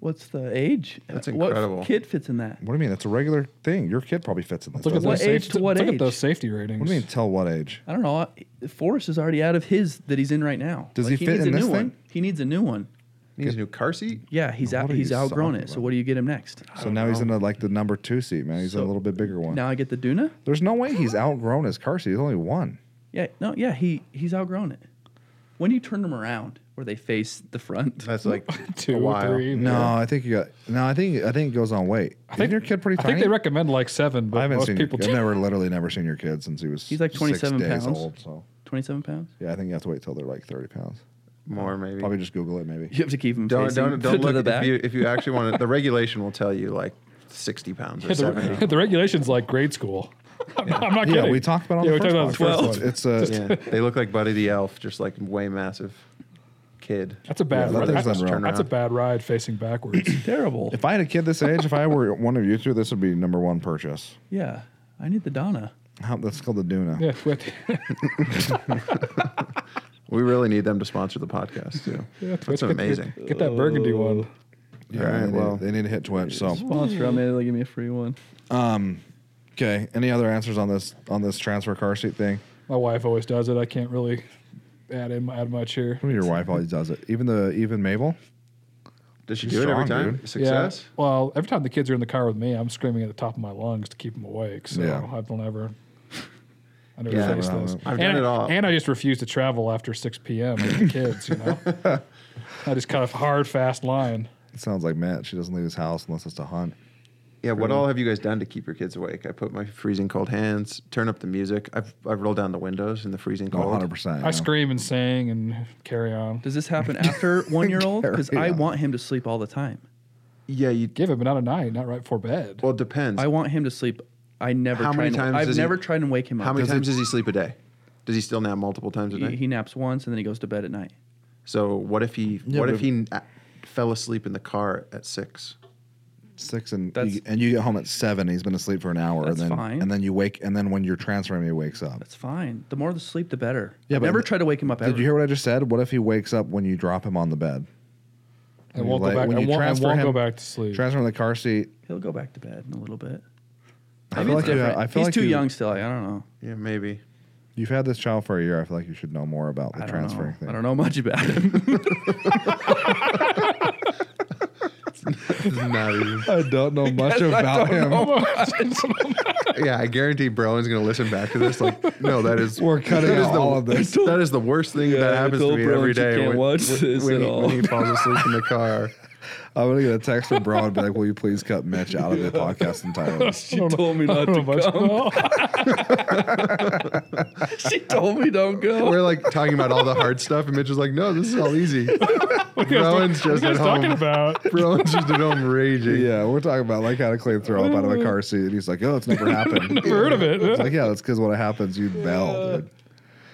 Speaker 5: What's the age?
Speaker 3: That's
Speaker 5: Uh,
Speaker 3: incredible.
Speaker 5: What kid fits in that?
Speaker 1: What do you mean? It's a regular thing. Your kid probably fits in this.
Speaker 4: Look at
Speaker 1: doesn't
Speaker 4: those
Speaker 5: What
Speaker 1: it?
Speaker 5: age
Speaker 4: safety.
Speaker 5: to what
Speaker 4: look
Speaker 5: age?
Speaker 4: at those safety ratings.
Speaker 1: What do you mean? Tell what age?
Speaker 5: I don't know. Forrest is already out of his that he's in right now.
Speaker 1: Does he fit
Speaker 5: needs
Speaker 1: in
Speaker 5: a
Speaker 1: this
Speaker 5: new one.
Speaker 1: thing?
Speaker 5: He needs a new one.
Speaker 3: Needs a new car seat?
Speaker 5: Yeah, he's
Speaker 1: What
Speaker 5: out.
Speaker 1: are
Speaker 5: He's
Speaker 1: you
Speaker 5: outgrown
Speaker 1: talking
Speaker 5: it. So
Speaker 1: about?
Speaker 5: what do you get him next?
Speaker 1: So now he's in the, like the number two seat, man. He's in a
Speaker 5: So-
Speaker 1: little bit bigger one.
Speaker 5: Now I get the Duna.
Speaker 1: There's no way he's outgrown his car seat. He's only one.
Speaker 5: Yeah, no, yeah, he he's outgrown it. When do you turn them around where they face the front?
Speaker 3: That's like
Speaker 4: Two,
Speaker 3: a while.
Speaker 4: three.
Speaker 1: No, I think you got. No, I think I think it goes on weight. I think your kid pretty
Speaker 4: I
Speaker 1: tiny.
Speaker 4: think they recommend like seven, but
Speaker 1: I haven't
Speaker 4: most
Speaker 1: seen.
Speaker 4: people.
Speaker 1: Your, I've never literally never seen your kid since he was.
Speaker 5: He's like
Speaker 1: six
Speaker 5: 27
Speaker 1: days
Speaker 5: pounds.
Speaker 1: Old, so
Speaker 5: Twenty-seven pounds.
Speaker 1: yeah, I think you have to wait till they're like thirty pounds.
Speaker 3: More, maybe.
Speaker 1: Probably just Google it, maybe.
Speaker 5: You have to keep him
Speaker 3: don't,
Speaker 5: facing
Speaker 3: don't,
Speaker 5: to
Speaker 3: don't look
Speaker 5: the
Speaker 3: at
Speaker 5: back.
Speaker 3: if you, if you actually want to. The regulation will tell you like 60 pounds or
Speaker 4: Yeah, the,
Speaker 3: 70.
Speaker 4: the regulations like grade school. I'm, not- I'm not
Speaker 1: Yeah,
Speaker 4: kidding.
Speaker 1: we talked about it on
Speaker 4: Yeah,
Speaker 1: the
Speaker 4: we
Speaker 1: first,
Speaker 4: talked about it on the
Speaker 1: podcast.
Speaker 4: first
Speaker 1: It's uh, a yeah,
Speaker 3: yeah. They look like Buddy the Elf, just like way massive kid.
Speaker 4: That's a bad.
Speaker 1: that
Speaker 4: ride.
Speaker 1: thing's
Speaker 4: That's,
Speaker 1: unreal.
Speaker 4: that's a bad ride facing backwards.
Speaker 5: Terrible.
Speaker 1: If I had a kid this age, if I were one of you two, this would be number one purchase.
Speaker 5: yeah, I need the Donna.
Speaker 1: How, that's called the Duna.
Speaker 4: yeah, with,
Speaker 3: We really need them to sponsor the podcast too. That's
Speaker 4: Twitch, get-
Speaker 3: amazing.
Speaker 4: Get, get that burgundy one.
Speaker 1: Yeah,
Speaker 3: All right,
Speaker 1: they need-
Speaker 3: well.
Speaker 1: they need to hit Twitch. So
Speaker 5: Sponsor them, maybe they'll give me a free one.
Speaker 1: okay, any other answers on this on this transfer car seat thing?
Speaker 4: My wife always does it. I can't really add in add much here.
Speaker 1: Well, Your wife always does it. Even the even Mabel.
Speaker 3: Does she
Speaker 1: She's
Speaker 3: do it every
Speaker 1: strong,
Speaker 3: time?
Speaker 1: dude.
Speaker 3: Success.
Speaker 4: Yeah. Well, every time the kids are in the car with me, I'm screaming at the top of my lungs to keep them awake. So
Speaker 1: Yeah.
Speaker 4: I don't ever. I never
Speaker 3: Yeah,
Speaker 4: face
Speaker 1: well,
Speaker 4: those.
Speaker 3: I've
Speaker 4: and,
Speaker 3: done it all.
Speaker 4: And I just refuse to travel after 6 p.m. with the kids, you know? I just cut a hard, fast line.
Speaker 1: It sounds like Matt. She doesn't leave his house unless it's to hunt.
Speaker 3: Yeah, what all have you guys done to keep your kids awake? I put my freezing cold hands, turn up the music. I've, I've rolled down the windows in the freezing
Speaker 5: Oh,
Speaker 3: cold.
Speaker 1: One hundred percent.
Speaker 4: I scream and sing and carry on.
Speaker 5: Does this happen after one year old? Because
Speaker 1: Carry
Speaker 5: I
Speaker 1: on.
Speaker 5: want him to sleep all the time.
Speaker 3: Yeah, you.
Speaker 4: Give it, but not at night, not right before bed.
Speaker 3: Well, it depends.
Speaker 5: I want him to sleep. I never.
Speaker 3: How
Speaker 5: try
Speaker 3: many
Speaker 5: and-
Speaker 3: times
Speaker 5: I've
Speaker 3: does he-
Speaker 5: never tried and wake him up.
Speaker 3: How many
Speaker 5: Does
Speaker 3: times does he sleep a day? Does he still nap multiple times a
Speaker 5: he,
Speaker 3: day?
Speaker 5: he naps once and then he goes to bed at night?
Speaker 3: so what if he?
Speaker 1: Yeah,
Speaker 3: what
Speaker 1: but-
Speaker 3: if he na- fell asleep in the car at six?
Speaker 1: Six and
Speaker 5: That's-
Speaker 1: you, and you get home at seven. He's been asleep for an hour.
Speaker 5: That's
Speaker 1: and then,
Speaker 5: fine.
Speaker 1: And then you wake. And then when you're transferring, him, he wakes up.
Speaker 5: That's fine. The more the sleep, the better.
Speaker 1: Yeah,
Speaker 5: I've
Speaker 1: but
Speaker 5: never
Speaker 1: th-
Speaker 5: try to wake him up. Ever.
Speaker 1: Did you hear what I just said? What if he wakes up when you drop him on the bed?
Speaker 4: And
Speaker 1: you
Speaker 4: won't
Speaker 1: lay-
Speaker 4: go back,
Speaker 1: when
Speaker 4: and
Speaker 1: you
Speaker 4: won't, and
Speaker 1: transfer
Speaker 4: won't
Speaker 1: him-
Speaker 4: go back to sleep.
Speaker 1: Transfer him to the car seat.
Speaker 5: He'll go back to bed in a little bit.
Speaker 1: I feel like you,
Speaker 5: Different.
Speaker 1: I feel
Speaker 5: He's
Speaker 1: like
Speaker 5: too
Speaker 1: you,
Speaker 5: young still. I don't know.
Speaker 3: Yeah, maybe.
Speaker 1: You've had this child for a year. I feel like you should know more about the
Speaker 5: I don't
Speaker 1: transferring
Speaker 5: know.
Speaker 1: thing.
Speaker 5: I don't know much about it.
Speaker 1: I don't know much about him.
Speaker 3: yeah, I guarantee Brolin's gonna listen back to this. Like, no, that is
Speaker 1: We're cutting
Speaker 3: that is
Speaker 1: out
Speaker 3: the-
Speaker 1: all of this.
Speaker 3: That is the worst thing
Speaker 5: Yeah, I
Speaker 3: that happens to
Speaker 5: told
Speaker 3: me
Speaker 5: Brolin
Speaker 3: every
Speaker 5: she
Speaker 3: day.
Speaker 5: can't
Speaker 3: when,
Speaker 5: watch this
Speaker 3: when
Speaker 5: at
Speaker 3: he,
Speaker 5: all.
Speaker 3: when he falls asleep in the car.
Speaker 1: I'm gonna get a text from Bro and be like, "Will you please cut Mitch out of the podcast entirely?"
Speaker 5: she told me not to
Speaker 4: Much-
Speaker 5: go.
Speaker 4: well,
Speaker 5: she told me don't go.
Speaker 3: We're like talking about all the hard stuff, and Mitch is like, "No, this is all easy." Brolin's
Speaker 4: what
Speaker 3: just
Speaker 4: are you
Speaker 3: at
Speaker 4: guys talking
Speaker 3: home.
Speaker 4: about?
Speaker 3: Brolin's just at home raging.
Speaker 1: Yeah, we're talking about like how to clean throw up out of a car seat, and he's like, "Oh, it's never happened."
Speaker 4: Never heard of it.
Speaker 1: It's like, yeah, that's because when it happens, you bail, dude.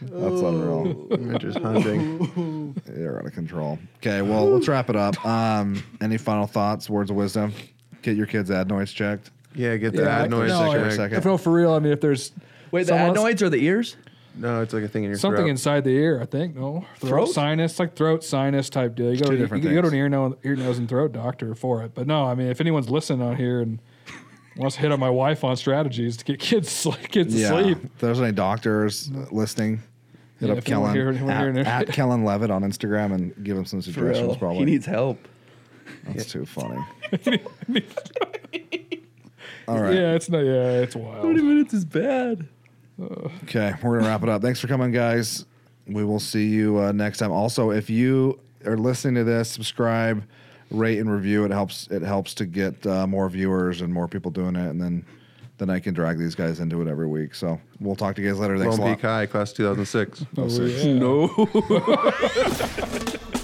Speaker 1: That's unreal.
Speaker 4: Oh.
Speaker 3: Mitch is hunting.
Speaker 1: You're out of control. Okay, well, let's wrap it up. Um, any final thoughts, words of wisdom? Get your kids' adenoids checked.
Speaker 3: Yeah, get the
Speaker 4: Yeah,
Speaker 3: ad noise.
Speaker 1: no,
Speaker 3: checked.
Speaker 1: I-
Speaker 3: no,
Speaker 1: second.
Speaker 4: If no, for real, I mean, if there's
Speaker 5: Wait, the
Speaker 4: someone-
Speaker 5: adenoids are the ears.
Speaker 3: it's like a thing in your
Speaker 4: something
Speaker 3: throat.
Speaker 4: inside the ear, I think. No throat,
Speaker 5: Throat?
Speaker 4: sinus, it's like throat sinus type deal. You go,
Speaker 1: two
Speaker 4: to,
Speaker 1: different
Speaker 4: you go to
Speaker 1: things.
Speaker 4: an ear, no, ear, nose, and throat doctor for it. But no, I mean, if anyone's listening out here and wants to hit on my wife on strategies to get kids kids to sleep,
Speaker 1: If there's any doctors uh, listening, hit
Speaker 4: Yeah,
Speaker 1: up
Speaker 4: if anyone
Speaker 1: Kellen
Speaker 4: here- anyone
Speaker 1: at,
Speaker 4: here in there.
Speaker 1: at Kellen Levitt on Instagram and give him some
Speaker 5: For
Speaker 1: suggestions.
Speaker 5: real.
Speaker 1: Probably
Speaker 5: He needs help.
Speaker 1: that's too funny. All right.
Speaker 4: yeah, it's not. Yeah, it's wild.
Speaker 5: Twenty minutes is bad.
Speaker 1: Okay, we're gonna wrap it up. Thanks for coming, guys. We will see you uh, next time. Also, if you are listening to this, subscribe, rate, and review. It helps. It helps to get uh, more viewers and more people doing it, and then then I can drag these guys into it every week. So we'll talk to you guys later. Thanks
Speaker 3: Lone
Speaker 5: Oh,
Speaker 1: a lot.
Speaker 3: Peak High, class 2006.
Speaker 4: Oh, yeah.
Speaker 5: No.